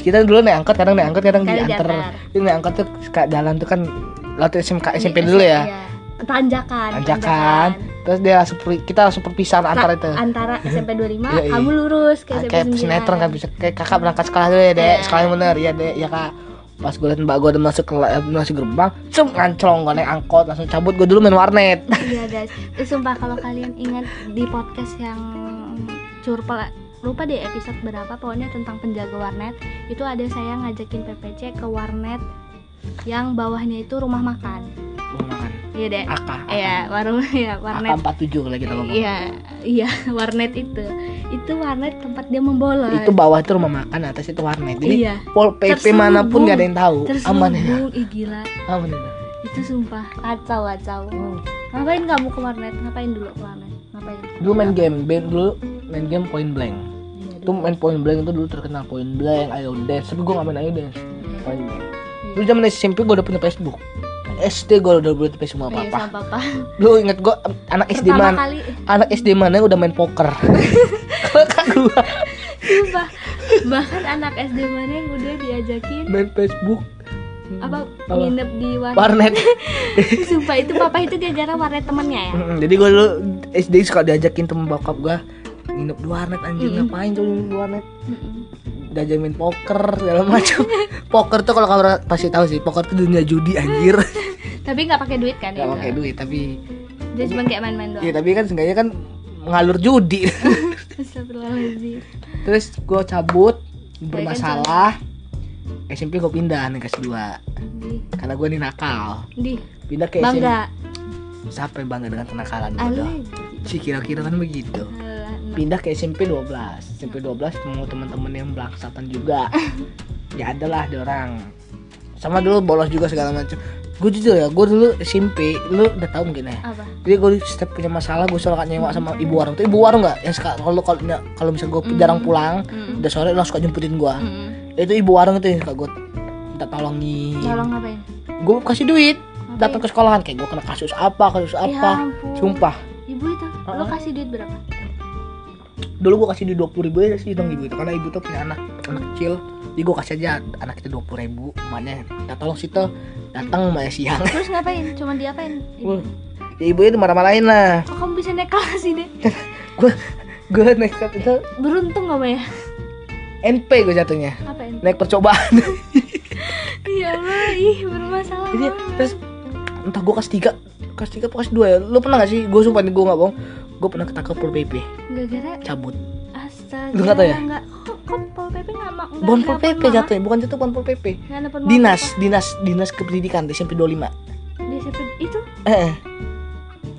S2: kita dulu naik angkot, kadang naik angkot, kadang
S1: Kadang
S2: diantar.
S1: diantar.
S2: Jadi naik angkot tuh suka jalan tuh kan waktu SMK SMP dulu ya.
S1: Iya. Tanjakan.
S2: Tanjakan, terus dia langsung per- kita langsung perpisahan antara itu.
S1: Ta- Antara SMP 25,
S2: Iya, iya.
S1: kamu lurus ke SMP
S2: kayak
S1: 9.
S2: sinetron kan bisa kayak kakak berangkat sekolah dulu ya dek
S1: Iya.
S2: sekolah yang bener ya dek ya kak pas gue liat mbak gue udah masuk ke la- eh, masuk gerbang cum nganclong gue naik angkot langsung cabut gue dulu main warnet
S1: Iya guys, Eh, sumpah kalau kalian ingat di podcast yang curpel lupa deh episode berapa pokoknya tentang penjaga warnet itu ada saya ngajakin PPC ke warnet yang bawahnya itu rumah makan
S2: Gua makan
S1: iya deh
S2: aka aka
S1: iya warung ya
S2: aka
S1: warnet
S2: empat tujuh lagi kita ngomong
S1: iya iya warnet itu itu warnet tempat dia membolos
S2: itu bawah itu rumah makan atas itu warnet jadi
S1: iya
S2: pol pp
S1: Terselubung.
S2: manapun gak ada yang tahu aman ya
S1: terselubung ih gila
S2: aman ya
S1: itu sumpah kacau kacau ngapain kamu ke warnet ngapain dulu ke warnet ngapain
S2: dulu main game Ben- dulu main game point blank
S1: Iya,
S2: itu
S1: dulu.
S2: main point blank itu dulu terkenal point blank ayo dance tapi gue gak main ayo dance
S1: Iya.
S2: point blank dulu zaman SMP gue udah punya Facebook SD gue udah punya Facebook apa apa
S1: Iya, sama papa.
S2: lu inget gua em, anak SD
S1: Pertama kan-
S2: mana
S1: kali
S2: anak SD mana yang udah main poker kakak gua
S1: sumpah bahkan anak SD mana yang udah diajakin
S2: main Facebook
S1: apa
S2: Apa?
S1: nginep di warnet
S2: warnet
S1: sumpah itu papa itu gara-gara warnet temennya ya
S2: Mm, jadi gue dulu SD suka diajakin temen bokap gue nginep di warnet anjing
S1: Mm-mm.
S2: ngapain tuh nginep di warnet
S1: Mm-mm.
S2: diajamin poker segala macam poker tuh kalau kamu pasti tahu sih poker tuh dunia judi anjir
S1: tapi nggak pakai duit kan
S2: nggak
S1: itu?
S2: pakai duit tapi
S1: dia cuma kayak main-main
S2: ya
S1: doang
S2: tapi kan seenggaknya kan ngalur judi
S1: Astagfirullahaladzim
S2: terus gue cabut bermasalah
S1: bermasalah.
S2: SMP gue pindah nih kelas 2
S1: di,
S2: karena gue nih nakal
S1: di
S2: pindah ke SMP
S1: bangga
S2: siapa yang bangga dengan kenakalan
S1: Ale
S2: bodoh sih kira-kira kan begitu
S1: Alah, enak.
S2: pindah ke SMP 12 SMP 12 ketemu teman-teman yang belaksatan juga ya adalah ada orang sama dulu bolos juga segala macam gue jujur ya gue dulu SMP lu udah tau mungkin ya
S1: apa
S2: jadi gue setiap punya masalah gue selalu nyewa sama ibu warung tuh ibu warung nggak yang suka kalau kalau kalau misalnya gue jarang pulang
S1: Mm-mm.
S2: udah sore lo suka jemputin gue
S1: Mm-mm.
S2: itu ibu warung itu yang suka gue minta tolongin
S1: tolong ngapain
S2: gue kasih duit
S1: Ngapain?
S2: datang ke sekolahan kayak gue kena kasus apa kasus
S1: ya
S2: apa
S1: ampun.
S2: sumpah
S1: ibu itu lo
S2: Uh-uh.
S1: kasih duit berapa
S2: dulu gue kasih duit dua puluh ribu aja sih dong ibu itu karena ibu tuh punya anak anak kecil jadi gue kasih aja anak itu dua puluh ribu emaknya minta tolong situ datang emaknya siang
S1: terus ngapain cuma diapain
S2: Wah, ya ibu itu marah-marahin lah
S1: kok kamu bisa naik kelas ini
S2: gue naik ke- itu
S1: beruntung kamu ya
S2: NP gue jatuhnya
S1: apa ini
S2: naik percobaan
S1: ya Allah ih bermasalah
S2: jadi
S1: banget.
S2: terus entah gue kasih tiga kasih tiga apa kasih dua ya lu pernah gak sih gue sumpah nih gue gak bohong gue pernah ketangkep pol PP
S1: gara-gara
S2: cabut
S1: astaga
S2: Lu nggak tahu ya?
S1: nggak kok kok pol pp nggak mak nggak
S2: bon pol
S1: nelpon
S2: PP
S1: mama?
S2: jatuhnya bukan jatuh bon pol PP
S1: Nggak nelpon mama,
S2: dinas dinas dinas kependidikan di SMP 25
S1: kok. di situ itu
S2: eh eh.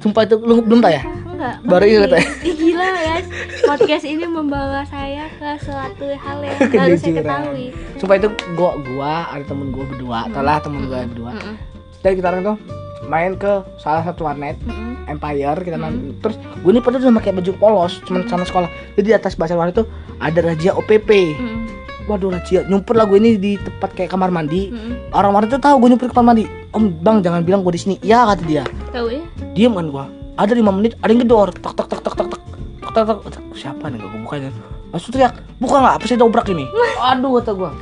S2: sumpah itu lu belum tau ya
S1: ah, enggak
S2: Baru
S1: Bang,
S2: ingat eh.
S1: ini- Ih, gila guys podcast ini membawa saya ke suatu hal yang nggak harus saya
S2: Kejujuran.
S1: ketahui
S2: sumpah itu gua gua ada temen gua berdua
S1: Hmm.
S2: telah temen gua berdua
S1: Mm-mm.
S2: dari kita orang tuh main ke salah satu warnet
S1: Mm-mm.
S2: Empire kita nam- terus gue ini pada udah pakai baju polos cuman sama sekolah jadi di atas bahasa warnet tuh ada razia OPP
S1: Mm-mm.
S2: waduh razia nyumpir lah gue ini di tempat kayak kamar mandi
S1: Mm-mm.
S2: orang warnet tuh tahu gue nyumpir ke kamar mandi om bang jangan bilang gue di sini ya kata dia
S1: tahu ya
S2: diam kan gua ada lima menit ada yang gedor tak tak tak tak tak tak tak tak tak tak. siapa nih gua bukanya langsung teriak buka nggak apa sih dobrak ini aduh kata gua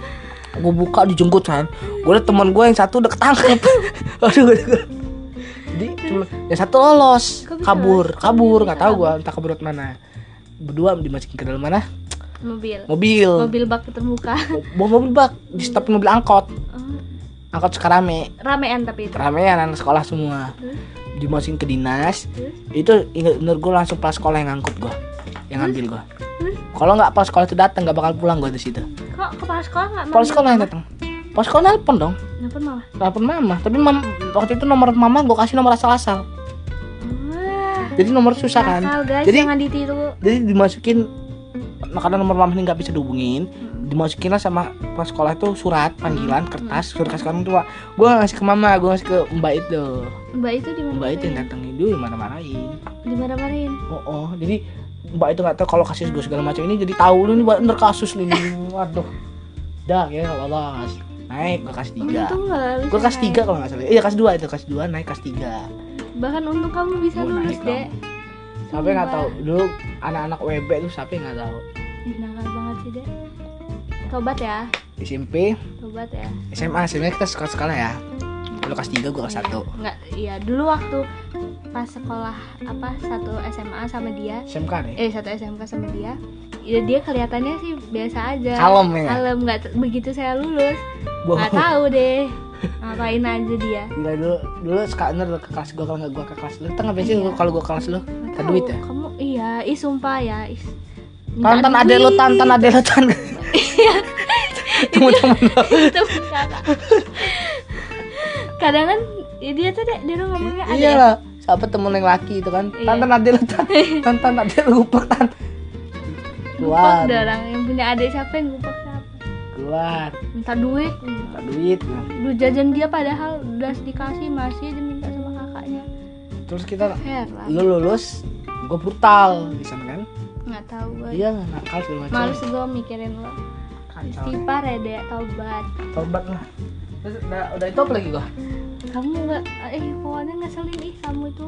S2: gua buka dijenggot kan gua liat teman gua yang satu udah ketangkep aduh kata gua jadi cuma yang satu lolos
S1: Kok bisa?
S2: kabur kabur nggak
S1: Bisa
S2: tahu gua entah kabur lewat mana berdua dimasukin ke dalam mana
S1: mobil
S2: mobil
S1: mobil bak terbuka
S2: bawa mobil bak di stop mobil angkot
S1: Oh,
S2: angkot sekarang
S1: ramean tapi itu
S2: ramean anak sekolah semua
S1: Terus?
S2: dimasukin ke dinas
S1: Terus?
S2: itu ingat bener gue langsung pas sekolah yang ngangkut gue
S1: Terus?
S2: yang ngambil gue
S1: Terus?
S2: kalau nggak pas sekolah itu datang nggak bakal pulang gue di situ
S1: kok kepala sekolah nggak
S2: pas
S1: manggil?
S2: sekolah yang datang pas sekolah nelpon dong
S1: nelfon mama
S2: nelpon mama tapi mam, waktu itu nomor mama gue kasih nomor asal-asal
S1: Wah,
S2: jadi nomor susah kan
S1: nakal, guys,
S2: Jadi-
S1: jangan ditiru.
S2: jadi dimasukin karena nomor mama ini nggak bisa dihubungin dimasukin lah sama pas sekolah itu surat panggilan kertas kertas orang tua gue ngasih ke mama gue ngasih ke mbak itu
S1: Mbak itu di mana?
S2: mbak itu yang datangin dulu marah-marahin
S1: Di mana-manain?
S2: Oh, oh. jadi Mbak itu nggak tahu kalau kasus gue segala macam ini jadi tahu lu ini bener kasus nih. Waduh. Dah ya lolos. Naik gue kasih tiga.
S1: Untung enggak.
S2: Gue kasih tiga kalau nggak salah. Iya kasih dua itu kasih dua naik kasih tiga.
S1: Bahkan untung kamu bisa
S2: Gua
S1: lulus,
S2: naik
S1: Dek.
S2: dong. Siapa yang nggak
S1: Sumpah.
S2: tahu dulu anak-anak WB tuh siapa yang nggak tahu.
S1: Ih, nakal banget sih, Dek. Tobat ya,
S2: SMP,
S1: tobat ya.
S2: SMA sebenarnya kita suka sekolah ya. Lu kasih tiga gue kasih satu.
S1: Enggak, iya dulu waktu pas sekolah apa satu SMA sama dia,
S2: SMK deh.
S1: eh satu SMK sama dia. Ya dia kelihatannya sih biasa aja.
S2: Kalem ya. nggak?
S1: Iya, Kalem nggak t- begitu saya lulus, nggak
S2: Bohong.
S1: tahu deh. Ngapain aja dia?
S2: Gila dulu dulu suka ner ke kelas gue kalau nggak gue ke kelas lu. Tengah biasa
S1: Iya.
S2: lu kalau gue ke kelas lu.
S1: Nggak
S2: Ada
S1: tahu,
S2: duit ya?
S1: Kamu iya, ih sumpah ya. Ih, nggak
S2: Tantan
S1: ada
S2: ada lu
S1: duit.
S2: tantan ada lu tantan.
S1: Iya.
S2: Temen-temen lu.
S1: itu kakak kadang kan ya dia tuh deh dia tuh ngomongnya ada
S2: iya lah siapa temen yang laki itu kan
S1: Iya.
S2: tantan adil tantan tantan adil gupek
S1: lupa
S2: tantan keluar
S1: udah orang yang punya adik siapa yang lupa siapa
S2: keluar
S1: minta duit
S2: minta duit nah.
S1: duit jajan dia padahal udah dikasih masih aja minta sama kakaknya
S2: terus kita
S1: fair lah
S2: lu lulus gue brutal di sana kan
S1: nggak tahu gue
S2: iya nakal segala macam
S1: males gue mikirin lo
S2: Kacau deh.
S1: istighfar ya dek tobat
S2: tobat lah terus udah, udah itu apa lagi gua
S1: kamu nggak eh pokoknya ngeselin ih kamu itu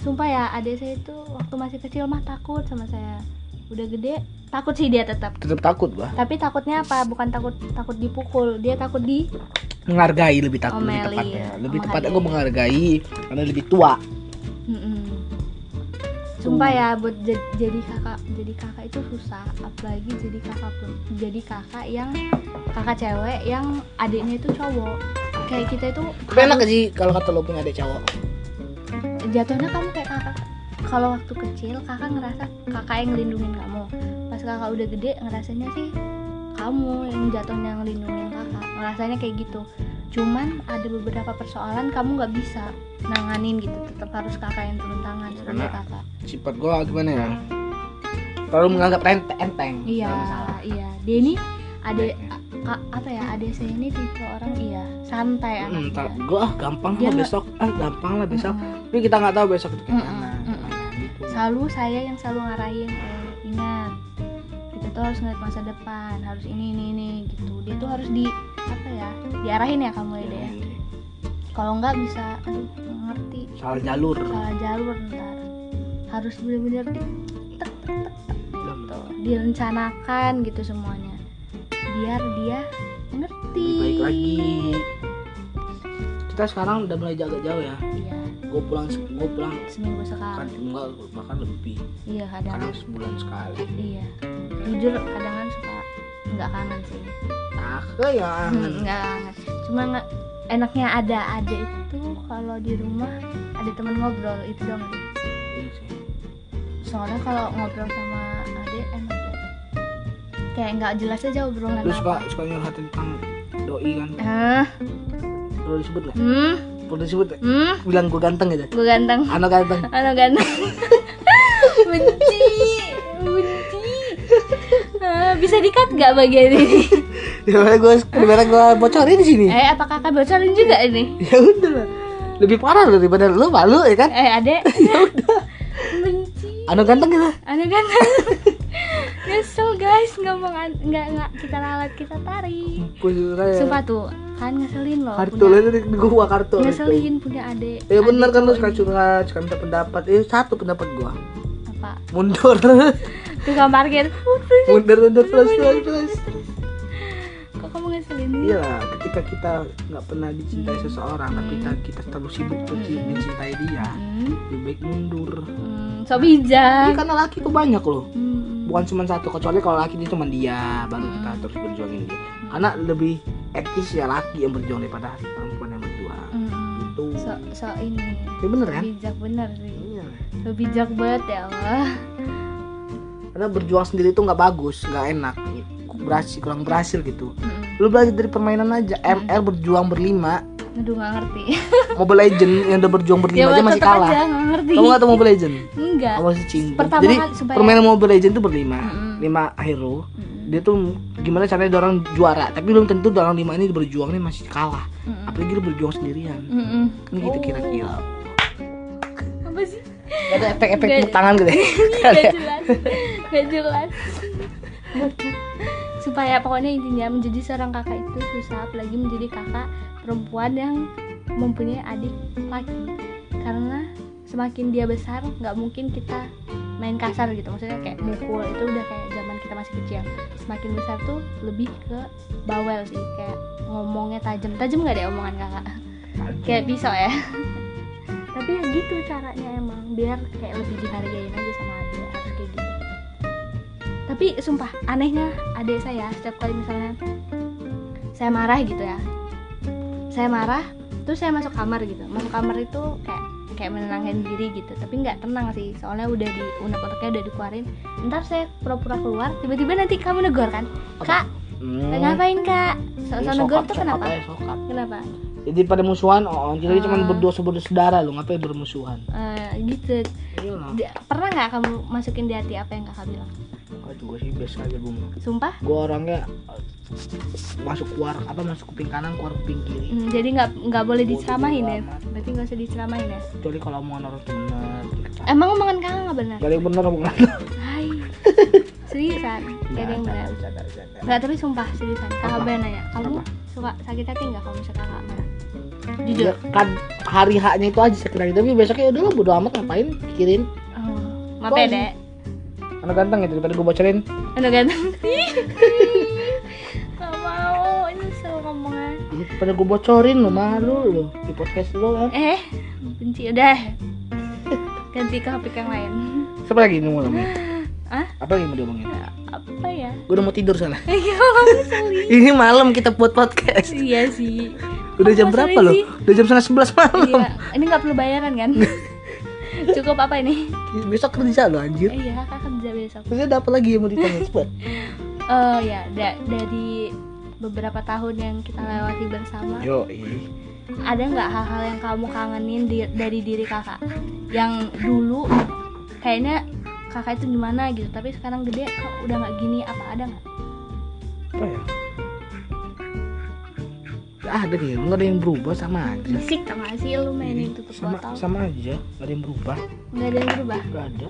S1: sumpah ya adik saya itu waktu masih kecil mah takut sama saya udah gede takut sih dia tetap
S2: tetap takut gua
S1: tapi takutnya apa bukan takut takut dipukul dia takut di
S2: menghargai lebih takut lebih
S1: Omelin,
S2: tepatnya lebih
S1: menghargai.
S2: tepatnya gua menghargai karena lebih tua
S1: Mm-mm. sumpah ya buat jad- jadi kakak jadi kakak itu susah apalagi jadi kakak pun jadi kakak yang kakak cewek yang adiknya itu cowok kayak kita itu
S2: tapi enak gak sih kalau kata lo punya adik cowok
S1: jatuhnya kamu kayak kakak kalau waktu kecil kakak ngerasa kakak yang ngelindungin kamu pas kakak udah gede ngerasanya sih kamu yang jatuhnya ngelindungin kakak ngerasanya kayak gitu cuman ada beberapa persoalan kamu nggak bisa nanganin gitu tetap harus kakak yang turun tangan sebagai
S2: Karena-
S1: kakak
S2: sifat gua gimana ya terlalu menganggap enteng enteng
S1: iya
S2: kalau masalah.
S1: iya dia ini ada apa ya ada saya ini tipe orang iya santai
S2: Hmm,
S1: anaknya
S2: ntar gua ah, gampang
S1: ya? Dia
S2: lah
S1: nggak-
S2: besok ah gampang lah besok
S1: Mm-mm.
S2: tapi kita nggak tahu besok itu kayak
S1: Mm-mm,
S2: mana
S1: mm-mm.
S2: gimana gitu.
S1: selalu saya yang selalu ngarahin eh, ingat kita tuh harus ngeliat masa depan harus ini ini ini gitu dia tuh harus di apa ya diarahin ya kamu ya
S2: Iya,
S1: Dea? kalau nggak bisa aduh, nggak ngerti
S2: salah jalur
S1: salah jalur ntar harus bener-bener di, gitu direncanakan gitu semuanya biar dia ngerti
S2: lebih baik lagi kita sekarang udah mulai jaga jauh ya
S1: iya
S2: gue pulang gue pulang
S1: seminggu
S2: kan
S1: sekali
S2: enggak bahkan lebih
S1: iya kadang
S2: kadang sebulan sekali
S1: iya jujur kadang kan suka nggak kangen sih
S2: ah ya
S1: Hmm, enggak banget. Cuma nggak- enaknya ada ada itu kalau di rumah ada temen ngobrol itu dong.
S2: Iya
S1: Soalnya kalau ngobrol sama ade enak ya. Kayak nggak jelas aja obrolan apa.
S2: lu suka suka nyurhat tentang doi kan
S1: Hah?
S2: perlu disebut nggak
S1: hmm,
S2: perlu disebut nggak?
S1: hmm,
S2: bilang gue ganteng gitu
S1: gue ganteng.
S2: anak ganteng
S1: Ano ganteng. benci, benci. Ah, bisa dikat nggak bagian ini?
S2: dimana gue dimana gue bocorin di sini
S1: eh, apa kakak bocorin juga ini?
S2: ya udah lah. lebih parah loh daripada lu malu ya kan
S1: Eh, ade. benci.
S2: anak ganteng gitu
S1: Anu ganteng Nyesel guys ngomong an- nggak nggak kita lalat kita tarik
S2: gue jujur aja
S1: Sumpah tuh kan ngeselin loh
S2: kartu lu
S1: punya,
S2: itu di gua kartu
S1: Ngeselin punya adik
S2: ya bener
S1: adik
S2: kan lu
S1: cowok
S2: suka
S1: ini.
S2: curhat suka minta pendapat eh satu pendapat gua
S1: Apa?
S2: mundur
S1: Tukang parkir
S2: mundur mundur plus plus plus
S1: Kok kamu ngeselin
S2: iya lah, ketika kita nggak pernah dicintai seseorang ketika kita terlalu sibuk untuk mencintai dia
S1: Hmm,
S2: lebih baik mundur
S1: hmm, So
S2: Iya
S1: bijak
S2: karena laki tuh banyak loh
S1: Hmm,
S2: bukan cuma satu kecuali kalau laki itu cuma dia baru kita terus berjuangin dia karena lebih etis ya laki yang berjuang daripada perempuan yang berjuang
S1: hmm, hmm.
S2: itu
S1: So, so ini
S2: ya bener kan
S1: Bijak bener sih
S2: Iya.
S1: So bijak banget ya Allah
S2: karena berjuang sendiri tuh nggak bagus nggak enak berhasil kurang berhasil gitu
S1: Hmm,
S2: lu belajar dari permainan aja ML berjuang berlima
S1: Aduh nggak ngerti Ya,
S2: Mobile Legend yang udah berjuang berlima aja
S1: tetep
S2: masih kalah
S1: aja nggak ngerti
S2: kamu gak tau Mobile Legend
S1: Enggak
S2: kamu masih cinggung
S1: Pertama
S2: jadi
S1: kali, sumpah ya.
S2: permainan Mobile Legend tuh berlima
S1: Mm-mm.
S2: lima hero
S1: Hmm,
S2: dia tuh gimana caranya orang juara tapi belum tentu orang lima ini berjuangnya masih kalah
S1: hmm,
S2: apalagi dia berjuang sendirian
S1: hmm, hmm.
S2: kan gitu kira-kira
S1: apa sih
S2: Gak ada efek-efek
S1: Gak-
S2: tepuk tangan gitu ya
S1: gak jelas gak jelas supaya pokoknya intinya menjadi seorang kakak itu susah apalagi menjadi kakak perempuan yang mempunyai adik laki karena semakin dia besar nggak mungkin kita main kasar gitu maksudnya kayak mukul itu udah kayak zaman kita masih kecil semakin besar tuh lebih ke bawel sih kayak ngomongnya tajam tajam nggak deh omongan kakak kayak pisau ya tapi ya gitu caranya emang biar kayak lebih dihargain aja sama adik harus kayak gitu tapi sumpah anehnya adik saya setiap kali misalnya saya marah gitu ya saya marah terus saya masuk kamar gitu masuk kamar itu kayak kayak menenangkan diri gitu tapi nggak tenang sih soalnya udah di unek-uneknya udah dikeluarin ntar saya pura-pura keluar tiba-tiba nanti kamu negor kan kak
S2: Hmm.
S1: ngapain kak so-so
S2: Ini
S1: negor
S2: sokap,
S1: tuh
S2: sokap
S1: kenapa
S2: aja, sokap.
S1: kenapa
S2: jadi pada musuhan oh jadi cuma
S1: Ah.
S2: berdua seberdua saudara lo ngapain bermusuhan Iya
S1: Eh, gitu
S2: iyalah
S1: Di- pernah nggak kamu masukin di hati apa yang kakak bilang?
S2: aduh gue sih biasa aja bung
S1: Sumpah?
S2: gue orangnya eh, masuk keluar apa masuk kuping kanan keluar kuping kiri
S1: Hmm, jadi nggak nggak boleh
S2: Bodoh
S1: diceramahin ya?
S2: amat.
S1: Berarti nggak usah diceramahin ya?
S2: kecuali kalau omongan orang tuh benar
S1: Emang omongan kakak nggak benar?
S2: gak ada yang benar omongan
S1: Hai, seriusan? Gak ada yang benar.
S2: Bercanda, bercanda, bercanda.
S1: Nggak tapi sumpah seriusan. Kakak
S2: Apa?
S1: benar nanya, kamu
S2: Apa?
S1: suka sakit hati nggak kalau misalnya kakak marah?
S2: Jujur, kan hari haknya itu aja sekedar itu, tapi besoknya udah lah bodo amat ngapain pikirin
S1: Oh, maaf ya
S2: Kok-
S1: dek.
S2: anak ganteng ya daripada gue bocorin
S1: anak ganteng Ih, nggak mau nyesel ngomongnya
S2: Iya, daripada gue bocorin lo malu lo di podcast lo kan
S1: eh benci udah ganti ke topik yang lain
S2: siapa lagi yang mau ngomongin
S1: ah
S2: apa lagi mau diomongin
S1: apa ya
S2: gue udah mau tidur soalnya
S1: Iya, sorry.
S2: ini malam kita buat podcast
S1: iya sih
S2: udah jam
S1: Apa
S2: berapa
S1: sorry
S2: lo
S1: sih?
S2: udah jam setengah sebelas malam
S1: iya ini nggak perlu bayaran kan cukup apa ini
S2: Iya. besok kerja lo anjir
S1: iya kakak kerja besok
S2: terus ada apa lagi yang mau ditanya cepat
S1: oh ya da- dari beberapa tahun yang kita lewati bersama
S2: yo iya.
S1: ada nggak hal-hal yang kamu kangenin di- dari diri kakak yang dulu kayaknya kakak itu gimana gitu tapi sekarang gede kok udah nggak gini apa ada nggak
S2: apa ya Gak ada nih, nggak ada yang berubah sama aja
S1: bisik sama sih lu mainin Iya, tutup
S2: sama,
S1: botol
S2: sama aja, nggak ada yang berubah
S1: nggak ada yang berubah
S2: Gak ada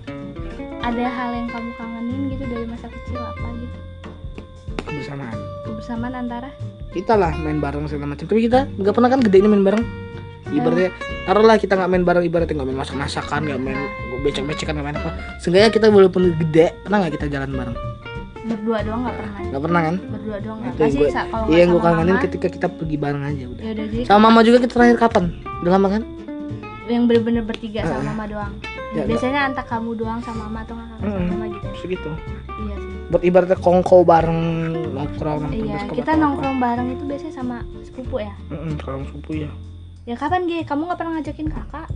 S1: ada hal yang kamu kangenin gitu dari masa kecil apa gitu
S2: kebersamaan
S1: kebersamaan antara
S2: kita lah main bareng segala macam tapi kita nggak pernah kan gede ini main bareng ibaratnya taruhlah kita nggak main bareng ibaratnya nggak main masak masakan nggak main becek becekan nggak main apa seenggaknya kita walaupun gede pernah nggak kita jalan bareng
S1: berdua doang nggak pernah
S2: nggak pernah kan
S1: berdua doang nggak
S2: Itu yang
S1: pasti
S2: gue-
S1: sa- kalau nggak
S2: iya yang gue
S1: sama
S2: kangenin
S1: mama,
S2: ketika kita pergi bareng aja udah
S1: ya udah jadi
S2: sama mama juga kita terakhir kapan udah lama kan
S1: yang bener-bener bertiga sama
S2: Ah.
S1: mama doang
S2: Ya,
S1: biasanya antara kamu doang sama mama atau kakak sama
S2: Mm-mm.
S1: mama gitu ya?
S2: segitu
S1: iya sih
S2: buat ibaratnya kongko bareng nongkrong nonton
S1: iya
S2: bioskop
S1: kita
S2: atau apa.
S1: nongkrong bareng itu biasanya sama sepupu ya
S2: Mm-mm, kalau sepupu ya
S1: ya kapan Ge? kamu nggak pernah ngajakin kakak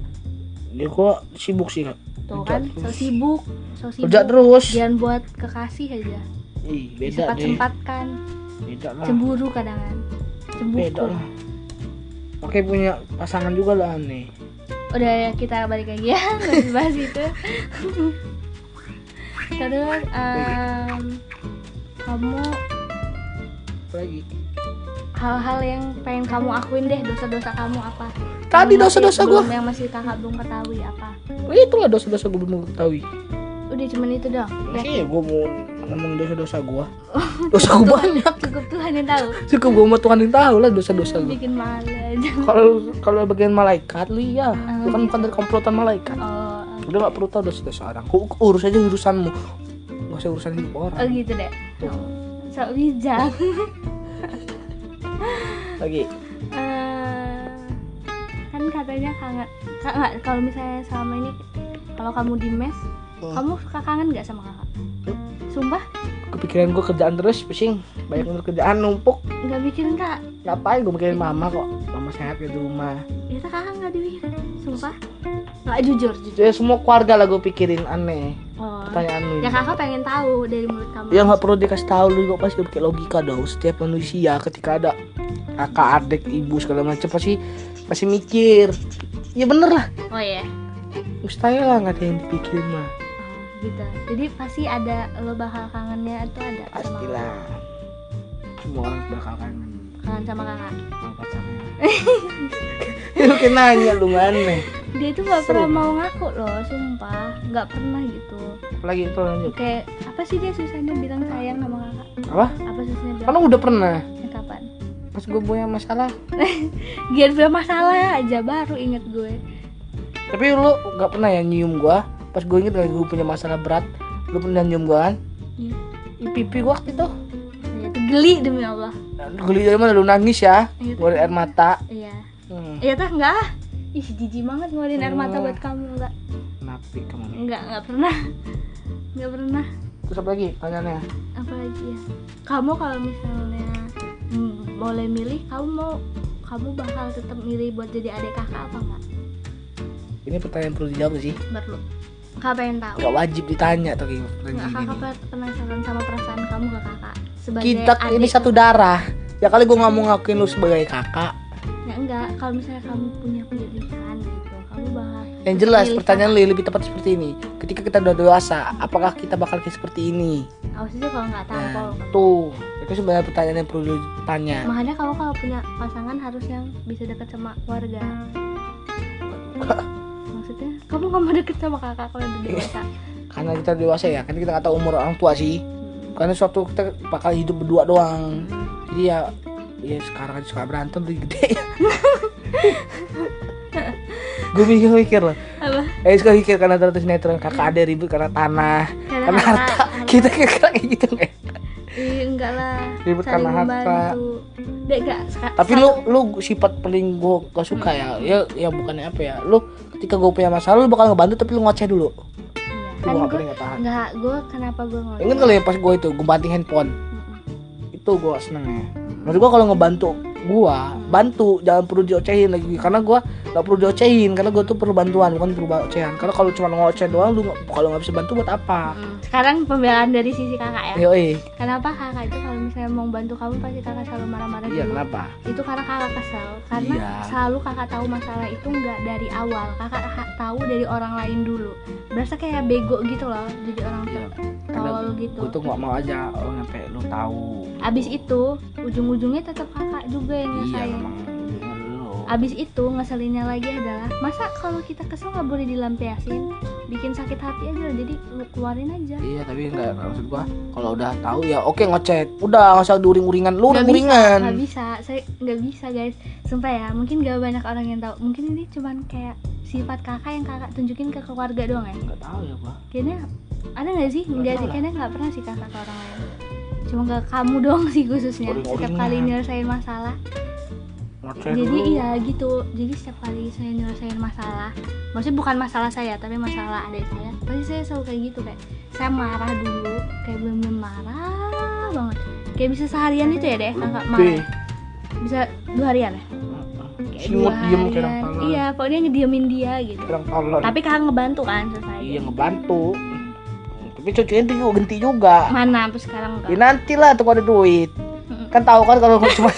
S2: dia gue sibuk sih Kak.
S1: tuh
S2: Kerja
S1: kan
S2: terus.
S1: so sibuk so sibuk
S2: kerja terus
S1: jangan buat kekasih aja
S2: Ih, beda
S1: sempat
S2: deh
S1: sempatkan
S2: beda lah
S1: cemburu kadang kan
S2: beda
S1: cemburu
S2: lah Oke punya pasangan juga lah nih
S1: udah ya, kita balik lagi ya bahas, bahas itu terus em, kamu
S2: lagi
S1: hal-hal yang pengen kamu akuin deh dosa-dosa kamu apa
S2: Tadi
S1: Yang masih
S2: dosa-dosa Oh,
S1: belum- yang masih kakak belum ketahui apa
S2: itulah dosa-dosa gue belum ketahui
S1: udah cuman itu Ya, dong udah
S2: Oke, gue mau ngomong dosa-dosa gue dosa gue
S1: Tuhan,
S2: banyak
S1: cukup Tuhan yang tahu
S2: cukup gue sama Tuhan yang tahu lah dosa-dosa gue
S1: bikin malu aja
S2: kalau kalau bagian malaikat lu iya lu kan bukan dari komplotan malaikat
S1: oh,
S2: udah gak perlu tau dosa-dosa orang Ku- urus aja urusanmu gak usah urusan hidup
S1: oh
S2: orang Ya,
S1: gitu deh sok bijak
S2: lagi
S1: Eh, kan katanya kangen Kak, nggak, kalau misalnya selama ini kalau kamu di mes
S2: Hmm.
S1: kamu suka kangen nggak sama kakak sumpah
S2: kepikiran gue kerjaan terus pusing banyak banget kerjaan numpuk
S1: nggak mikirin kak
S2: ngapain gue mikirin mama kok mama sehat di rumah
S1: ya kakak nggak dipikirin sumpah nggak jujur jujur
S2: ya semua keluarga lah gue pikirin aneh
S1: oh.
S2: pertanyaan lu
S1: ya kakak pengen tahu dari mulut kamu
S2: ya nggak perlu dikasih tahu lu juga pasti pakai logika dong setiap manusia ketika ada kakak adik ibu segala macam pasti pasti mikir ya bener lah
S1: oh ya
S2: mustahil lah nggak ada yang dipikirin mah
S1: gitu jadi pasti ada lo bakal kangennya itu ada sama
S2: pastilah semua orang bakal kangen
S1: kangen sama kakak
S2: sama pacarnya lu kayak nanya lu aneh
S1: dia tuh nggak
S2: Seru.
S1: pernah mau ngaku loh sumpah nggak pernah gitu
S2: apalagi itu lanjut
S1: kayak apa sih dia susahnya bilang sayang sama kakak
S2: apa
S1: apa susahnya bilang
S2: karena udah pernah
S1: "Ya, kapan
S2: pas gue punya masalah
S1: Gian punya masalah aja baru inget gue
S2: tapi lu nggak pernah ya nyium gua pas gue inget lagi gue punya masalah berat lu pernah nyium gua kan
S1: Iya.
S2: Ih, pipi gua waktu itu
S1: Iya, tuh geli demi Allah
S2: geli dari mana Nah, lu nangis ya
S1: Iya, tuh.
S2: ngeluarin air mata
S1: iya
S2: hmm.
S1: iya tah enggak ah. ih jijik banget ngeluarin air mata buat kamu enggak
S2: napi kamu
S1: enggak enggak pernah enggak pernah
S2: terus apa lagi tanyanya
S1: apalagi ya kamu kalau misalnya hmm, boleh milih kamu mau kamu bakal tetap milih buat jadi adik kakak apa enggak
S2: ini pertanyaan perlu dijawab sih
S1: perlu kakak pengen tahu
S2: nggak wajib ditanya tuh kayak gitu.
S1: Enggak,
S2: pertanyaan
S1: kakak
S2: ini
S1: pe- penasaran sama perasaan kamu ke kakak sebagai
S2: kita
S1: adik
S2: ini satu darah ya kali gua nggak mau ngakuin lu sebagai kakak
S1: ya enggak kalau misalnya kamu punya pilihan gitu kamu bakal
S2: yang jelas
S1: milih
S2: pertanyaan lu lebih tepat seperti ini ketika kita udah dewasa apakah kita bakal kayak seperti ini
S1: awas aja kalau nggak tahu
S2: nah,
S1: kalau
S2: tuh itu sebenarnya pertanyaan yang perlu ditanya
S1: makanya kamu kalau punya pasangan harus yang bisa deket sama keluarga maksudnya kamu nggak mau deket sama kakak kalau udah dewasa
S2: karena kita dewasa ya kan kita nggak tahu umur orang tua sih karena suatu kita bakal hidup berdua doang jadi ya ya sekarang aja suka berantem lebih gede ya gue mikir mikir lah
S1: Apa?
S2: eh suka mikir karena terus sinetron kakak ada ribut karena tanah
S1: Karena
S2: Iya. karena
S1: harta,
S2: harta
S1: karena-
S2: kita kayak kayak gitu nggak ya?
S1: Ih, enggak lah.
S2: Ribut
S1: saling
S2: karena harta.
S1: membantu. Dek enggak. Iya. sa-
S2: tapi
S1: sa-
S2: lu lu sifat paling gue gak suka ya ya ya bukannya apa ya lu ketika gue punya masalah lu bakal ngebantu tapi lu ngoceh dulu
S1: Iya.
S2: itu
S1: Kan
S2: gue gak
S1: gue
S2: paling gak tahan
S1: enggak gue kenapa gue ngomong.
S2: ingat kali ya pas gue itu gue banting handphone itu gue seneng ya maksud gue kalau ngebantu gue bantu jangan perlu diocehin lagi karena gue gak perlu diocehin karena gue tuh perlu bantuan bukan perlu ocehan karena kalau cuma ngoceh doang lu nggak- kalau nggak bisa bantu buat apa Eh,
S1: Sekarang pembelaan dari sisi kakak ya.
S2: Yoi,
S1: Kenapa kakak itu kalau misalnya mau bantu kamu pasti kakak selalu marah-marah
S2: iya
S1: dulu.
S2: kenapa?
S1: Itu karena kakak kesel. Karena
S2: Iya.
S1: selalu kakak tahu masalah itu enggak dari awal. Kakak ha- tahu dari orang lain dulu. Berasa kayak bego gitu loh jadi orang
S2: Iya,
S1: tuh
S2: Karena
S1: tolol gitu.
S2: gue tuh gak mau aja orang sampai lu tahu.
S1: Abis itu ujung-ujungnya tetap kakak juga yang
S2: Iya,
S1: nyusahin.
S2: emang dengan lu.
S1: Abis itu ngeselinnya lagi adalah masa kalau kita kesel nggak boleh dilampiasin, bikin sakit hati aja jadi lu keluarin aja.
S2: Iya, tapi enggak maksud gua kalau udah tahu ya oke ngocet. Udah, enggak usah diuring-uringan. Lu
S1: Nggak Nggak
S2: uring-uringan.
S1: bisa, saya nggak bisa guys. Sumpah ya, mungkin gak banyak orang yang tahu. Mungkin ini cuman kayak sifat kakak yang kakak tunjukin ke keluarga doang ya.
S2: Enggak tahu ya, gua.
S1: Kayaknya ada nggak sih?
S2: Nggak
S1: Nggak
S2: tahu
S1: sih,
S2: lah.
S1: kayaknya nggak pernah sih kakak ke orang lain. Cuma ke kamu doang sih khususnya. Setiap
S2: Uring-uringan.
S1: kali nyelesain masalah.
S2: Ngocet
S1: jadi
S2: dulu.
S1: iya gitu jadi setiap kali saya nyelesain masalah maksudnya bukan masalah saya tapi masalah adik saya pasti saya selalu kayak gitu kayak saya marah dulu kayak bener marah banget kayak bisa seharian itu ya deh kakak
S2: Lebih.
S1: marah bisa dua harian ya kayak
S2: Simut diem kerang
S1: harian.
S2: tangan.
S1: iya pokoknya ngediemin dia gitu
S2: Kerang tolol.
S1: tapi kakak ngebantu kan selesai
S2: Iya, ngebantu. Tapi cucunya tuh juga genti juga.
S1: mana sampai sekarang enggak
S2: Ya nantilah tuh ada duit. Kan tahu kan kalau gua cuma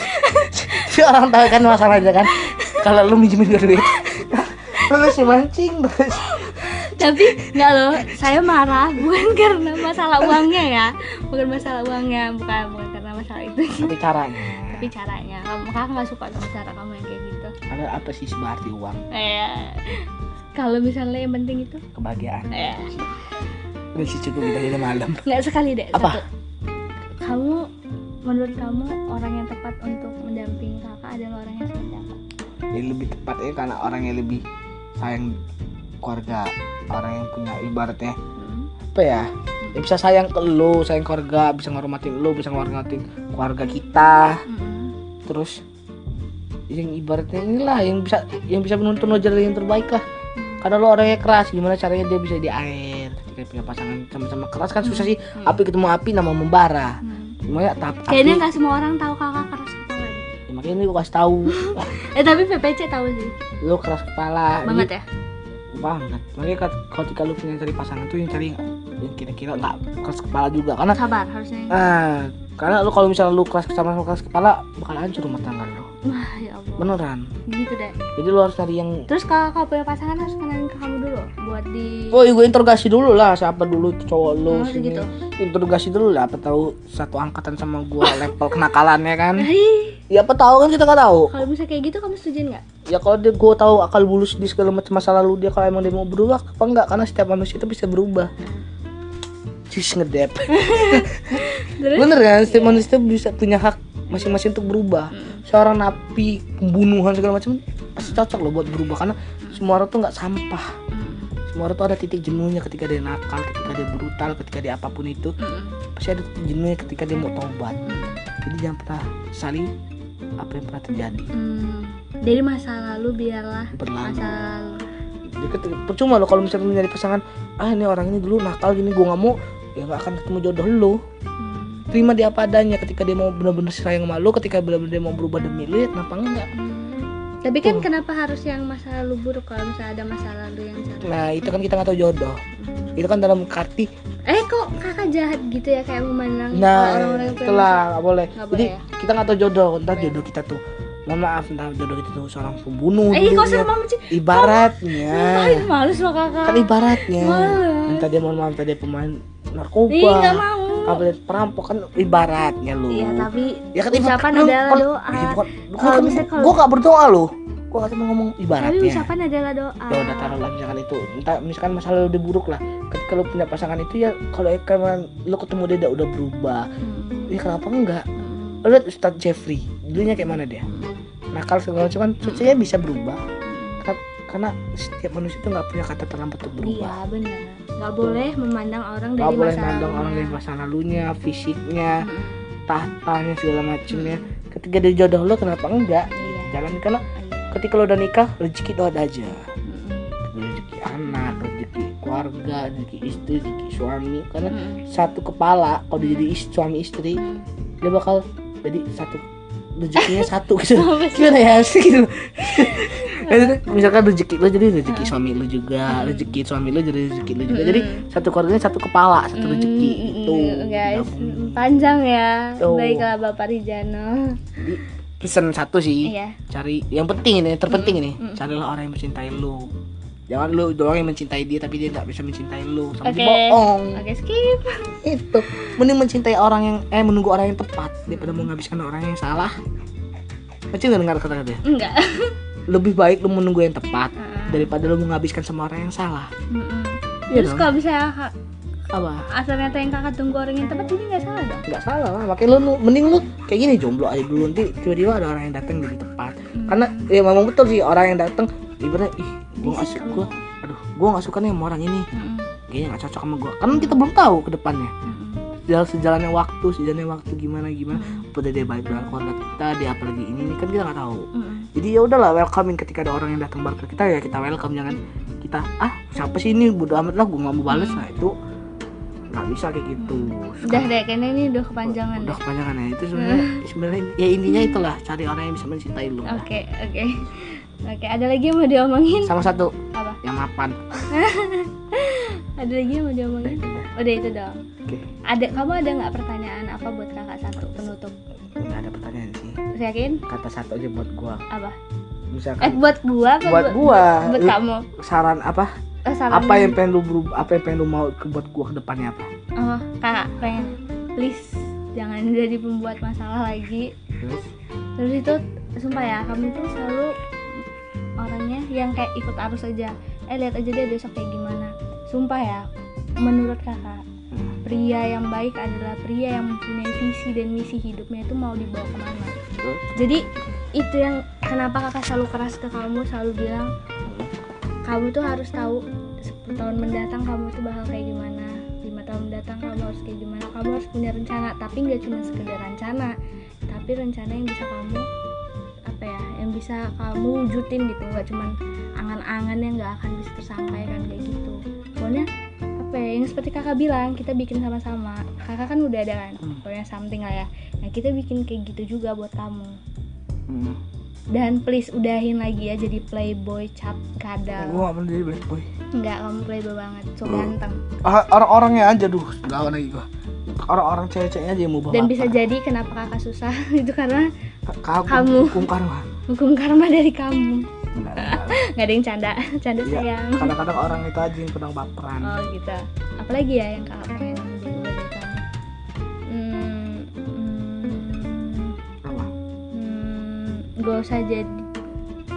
S2: si orang tahu kan masalahnya kan. Kalau lu minjemin gua duit. lu sih mancing terus.
S1: tapi nggak loh saya marah bukan karena masalah uangnya ya bukan masalah uangnya bukan bukan karena masalah itu
S2: Tapi caranya.
S1: tapi caranya kamu kakak nggak suka sama cara kamu yang kayak gitu
S2: Ada apa sih sebenarnya arti uang?
S1: eh kalau misalnya yang penting itu
S2: Kebahagiaan.
S1: eh
S2: Udah sih cukup udah ini malam.
S1: nggak sekali deh satu.
S2: Apa?
S1: kamu menurut kamu orang yang tepat untuk mendampingi kakak adalah orang yang seperti apa
S2: Ini lebih tepatnya karena orang yang lebih sayang keluarga, orang yang punya ibaratnya
S1: Hmm.
S2: apa ya? Ya bisa sayang ke lu, sayang keluarga, bisa ngormatin lu, bisa ngormatin keluarga kita.
S1: Mm-mm.
S2: terus yang ibaratnya inilah yang bisa yang bisa menuntun lo jalan yang terbaik lah karena lo orangnya keras gimana caranya dia bisa di air ketika punya pasangan sama-sama keras kan susah sih api ketemu api nama membara
S1: Hmm.
S2: semuanya tap
S1: kayaknya
S2: api
S1: nggak semua orang tahu kakak keras kepala deh.
S2: ya, makanya ini gue kasih tahu
S1: eh tapi PPC tahu sih
S2: lo keras kepala
S1: banget ya
S2: Ini banget makanya kat- ketika lo punya cari pasangan tuh yang cari yang yang kira-kira nggak keras kepala juga karena
S1: sabar harusnya
S2: ah, karena lo kalau misalnya lo keras sama sama keras kepala bakal hancur rumah tangga lo
S1: wah ya allah
S2: beneran
S1: gitu deh
S2: jadi lo harus cari yang
S1: terus kalau kau punya pasangan harus kenalin ke kamu dulu buat di
S2: Woi, gue Oh, interogasi dulu lah siapa dulu tuh cowok lu
S1: Oh,
S2: sini.
S1: gitu.
S2: Interogasi dulu lah, apa tahu satu angkatan sama gue level kenakalannya kan?
S1: Ih,
S2: Ya apa tahu kan kita nggak tahu.
S1: kalau bisa kayak gitu kamu setujuin nggak
S2: Ya kalau dia gue tahu akal bulus di segala macam masa lalu dia kalau emang dia mau berubah apa enggak karena setiap manusia itu bisa berubah. Cus ngedep.
S1: Terus?
S2: Bener kan? Setiap manusia itu bisa punya hak masing-masing untuk berubah. Seorang napi pembunuhan segala macam pasti cocok loh buat berubah karena semua orang tuh nggak sampah
S1: Hmm.
S2: semua orang tuh ada titik jenuhnya ketika dia nakal, ketika dia brutal, ketika dia apapun itu pasti ada titik jenuhnya ketika dia mau tobat. Jadi jangan pernah sali apa yang pernah terjadi
S1: Hmm, dari masa lalu biarlah
S2: berlalu.
S1: masa lalu.
S2: Jadi ketika- percuma lo kalau misalnya mencari pasangan, ah ini orang ini dulu nakal gini gue nggak mau, ya nggak akan ketemu jodoh lo.
S1: Hmm,
S2: Terima dia apa adanya ketika dia mau benar-benar sayang sama lo, ketika benar-benar dia mau berubah demi lo, ya kenapa enggak?
S1: hmm. Tapi kan kenapa harus yang masa lalu buruk kalau misalnya ada masa lalu yang cantik?
S2: Nah itu kan kita nggak tahu jodoh. Itu kan dalam arti,
S1: Eh kok kakak jahat gitu ya kayak memandang orang-orang
S2: nah
S1: yang punya masa-
S2: itulah nggak boleh.
S1: Nggak
S2: Jadi
S1: boleh ya?
S2: kita nggak tahu jodoh, entar
S1: Boleh.
S2: jodoh kita tuh mohon maaf entah jodoh kita tuh seorang pembunuh
S1: Eh kok
S2: dulunya.
S1: serem banget sih?
S2: ibaratnya
S1: Ngapain malu sama kakak?
S2: Nah. kan ibaratnya
S1: Malas.
S2: entah dia mohon maaf entah dia pemain
S1: Ih nggak
S2: narkoba
S1: mau.
S2: kabelet perampok kan ibaratnya lu
S1: Iya tapi
S2: ya kan
S1: ucapan
S2: lu-
S1: adalah
S2: kalau-
S1: doa.
S2: Iya, bukan,
S1: Kalau
S2: gua,
S1: misalnya kalau-
S2: gua gak berdoa lu gua gak cuma ngomong
S1: Tapi
S2: ibaratnya
S1: ucapan adalah doa.
S2: ya udah taruh lah misalkan itu entah misalkan masalah lu udah buruk lah ketika lu punya pasangan itu ya kalau emang lu ketemu dia udah berubah
S1: Hmm,
S2: ya kenapa enggak
S1: hmm,
S2: lu liat Ustadz Jeffrey dulunya kayak mana dia
S1: hmm,
S2: nakal segala macam kan cucunya bisa berubah
S1: hmm.
S2: Kenapa- karena setiap manusia itu nggak punya kata terlambat untuk berubah
S1: iya benar nggak boleh memandang orang
S2: nggak
S1: dari
S2: boleh
S1: masa Hmm.
S2: mandang
S1: lalunya.
S2: orang dari masa lalunya fisiknya
S1: Mm-mm.
S2: tahtanya segala macemnya ketika dari jodoh lo kenapa enggak
S1: Iya.
S2: jalan karena
S1: Iya.
S2: ketika lo udah nikah rezeki lo ada aja
S1: Mm-mm.
S2: rezeki anak rezeki keluarga rezeki istri rezeki suami karena
S1: Mm-mm.
S2: satu kepala kalau dia jadi is- suami istri
S1: Hmm.
S2: dia bakal jadi satu rezekinya satu gitu
S1: Apa sih?
S2: gimana ya sih gitu Maksudnya, misalkan rezeki lo jadi rezeki
S1: Hmm.
S2: suami lo juga rezeki suami lo jadi rezeki lo juga jadi
S1: Mm.
S2: satu keluarganya satu kepala satu
S1: Mm,
S2: rezeki gitu.
S1: mm,
S2: itu
S1: mm, guys panjang ya
S2: Tuh.
S1: baiklah bapak Rijano
S2: jadi pesan satu sih
S1: iya
S2: cari yang penting ini terpenting ini
S1: Mm.
S2: carilah orang yang mencintai lo jangan lo doang yang mencintai dia tapi dia nggak bisa mencintai lo
S1: oke
S2: sama bohong
S1: oke skip
S2: itu mending mencintai orang yang eh menunggu orang yang tepat daripada menghabiskan orang yang salah Macam nggak dengar kata-kata
S1: enggak
S2: Hmm, lebih baik lu menunggu yang tepat
S1: Mm.
S2: daripada lu menghabiskan sama orang yang salah
S1: Mm-mm.
S2: Iya
S1: Hmm, terus
S2: dong.
S1: kalau bisa ha-
S2: apa
S1: asal nyata yang kakak tunggu orang yang tepat ini nggak salah dong
S2: nggak salah lah makanya lu nu- mending lu kayak gini jomblo aja dulu nanti tiba-tiba ada orang yang datang lebih tepat karena ya memang betul sih orang yang datang ibaratnya ih gua nggak suka gua aduh gua nggak suka nih sama orang ini
S1: Mm-mm.
S2: kayaknya nggak cocok sama gua karena kita belum tahu ke depannya
S1: Mm-mm.
S2: dalam sejalannya waktu sejalannya waktu gimana gimana
S1: Hmm.
S2: pada dia baik dengan keluarga kita dia apalagi ini ini kan kita nggak tahu
S1: Mm-mm.
S2: jadi ya udahlah welcoming ketika ada orang yang datang baru ke kita ya kita welcome jangan kita ah siapa sih ini bodo amat lah gue nggak mau bales nah itu nggak bisa kayak gitu
S1: Hmm. udah
S2: Sekarang-
S1: deh kayaknya ini udah kepanjangan
S2: udah
S1: deh.
S2: kepanjangan ya itu sebenarnya sebenarnya ya intinya itulah cari orang yang bisa mencintai lu lah.
S1: oke oke oke ada lagi yang mau diomongin
S2: sama satu
S1: apa
S2: yang mapan
S1: ada lagi yang mau diomongin udah itu dong
S2: oke
S1: ada kamu ada nggak pertanyaan apa buat kakak satu penutup
S2: nggak ada pertanyaan sih
S1: saya yakin
S2: kata satu aja buat gua
S1: apa eh
S2: misalkan
S1: buat gua apa
S2: buat gua
S1: buat
S2: lu
S1: kamu
S2: saran apa
S1: Eh, saran
S2: apa yang pengen lu berubah apa yang pengen lu mau ke buat gua ke depannya apa
S1: oh, kakak pengen please jangan jadi pembuat masalah lagi
S2: terus
S1: terus itu sumpah ya kamu tuh selalu orangnya yang kayak ikut arus aja eh lihat aja deh besok kayak gimana sumpah ya menurut kakak
S2: hmm,
S1: pria yang baik adalah pria yang mempunyai visi dan misi hidupnya itu mau dibawa kemana
S2: terus
S1: jadi itu yang kenapa kakak selalu keras ke kamu selalu bilang
S2: hmm,
S1: kamu tuh harus tahu 10 tahun mendatang kamu tuh bakal kayak gimana 5 tahun mendatang kamu harus kayak gimana kamu harus punya rencana tapi nggak cuma sekedar rencana tapi rencana yang bisa kamu apa ya yang bisa kamu wujudin gitu nggak cuma angan-angan yang nggak akan bisa tersampaikan kayak gitu pokoknya apa ya yang seperti kakak bilang kita bikin sama-sama kakak kan udah ada kan
S2: Hmm.
S1: pokoknya something lah ya nah kita bikin kayak gitu juga buat kamu
S2: hmm.
S1: dan please udahin lagi ya jadi playboy cap kadal
S2: gua gak pernah jadi bad boy
S1: Enggak, kamu playboy banget, so ganteng
S2: Ah, orang-orangnya aja duh lawan lagi gua orang-orang cewek-ceweknya aja yang mau bawa
S1: Dan bisa jadi kenapa kakak susah itu karena kamu.
S2: kamu hukum karma
S1: hukum karma dari kamu
S2: Benar, benar.
S1: Nggak ada yang canda, canda
S2: Iya.
S1: sayang
S2: kadang-kadang orang itu aja yang kurang baperan
S1: Oh gitu Apalagi ya yang kakak pengen berubah dari kamu hmm, hmm,
S2: Apa?
S1: hmm, Gak usah jadi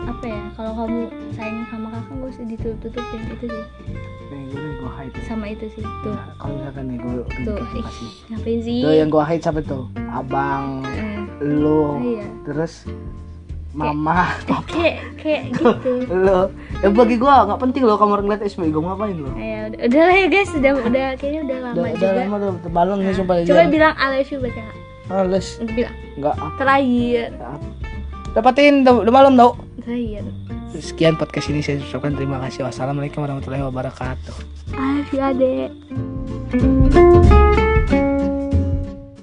S1: apa ya kalau kamu sayang sama kakak gak usah ditutup-tutupin itu sih
S2: Nih, gua nih, gua hide
S1: sama itu sih tuh
S2: Nah, kalau misalkan nih gua
S1: tuh
S2: gua
S1: ih
S2: kasih
S1: ngapain sih
S2: tuh yang gua hide siapa tuh abang
S1: Eh,
S2: lu
S1: Iya.
S2: terus mama
S1: Eh, kayak kayak gitu
S2: lu ya bagi gua nggak penting lo kamu ngeliat SPI gua ngapain lo
S1: Ya, udah, udah lah ya guys, udah udah kayaknya udah lama
S2: udah udah
S1: juga.
S2: lama tuh balong nih sumpah
S1: Coba bilang I love you buat kakak.
S2: males
S1: Bilang
S2: nggak apa
S1: terakhir,
S2: dapatin udah udah malam tau
S1: terakhir.
S2: Sekian podcast ini saya ucapkan terima kasih. Wassalamualaikum warahmatullahi wabarakatuh.
S1: I love you adek.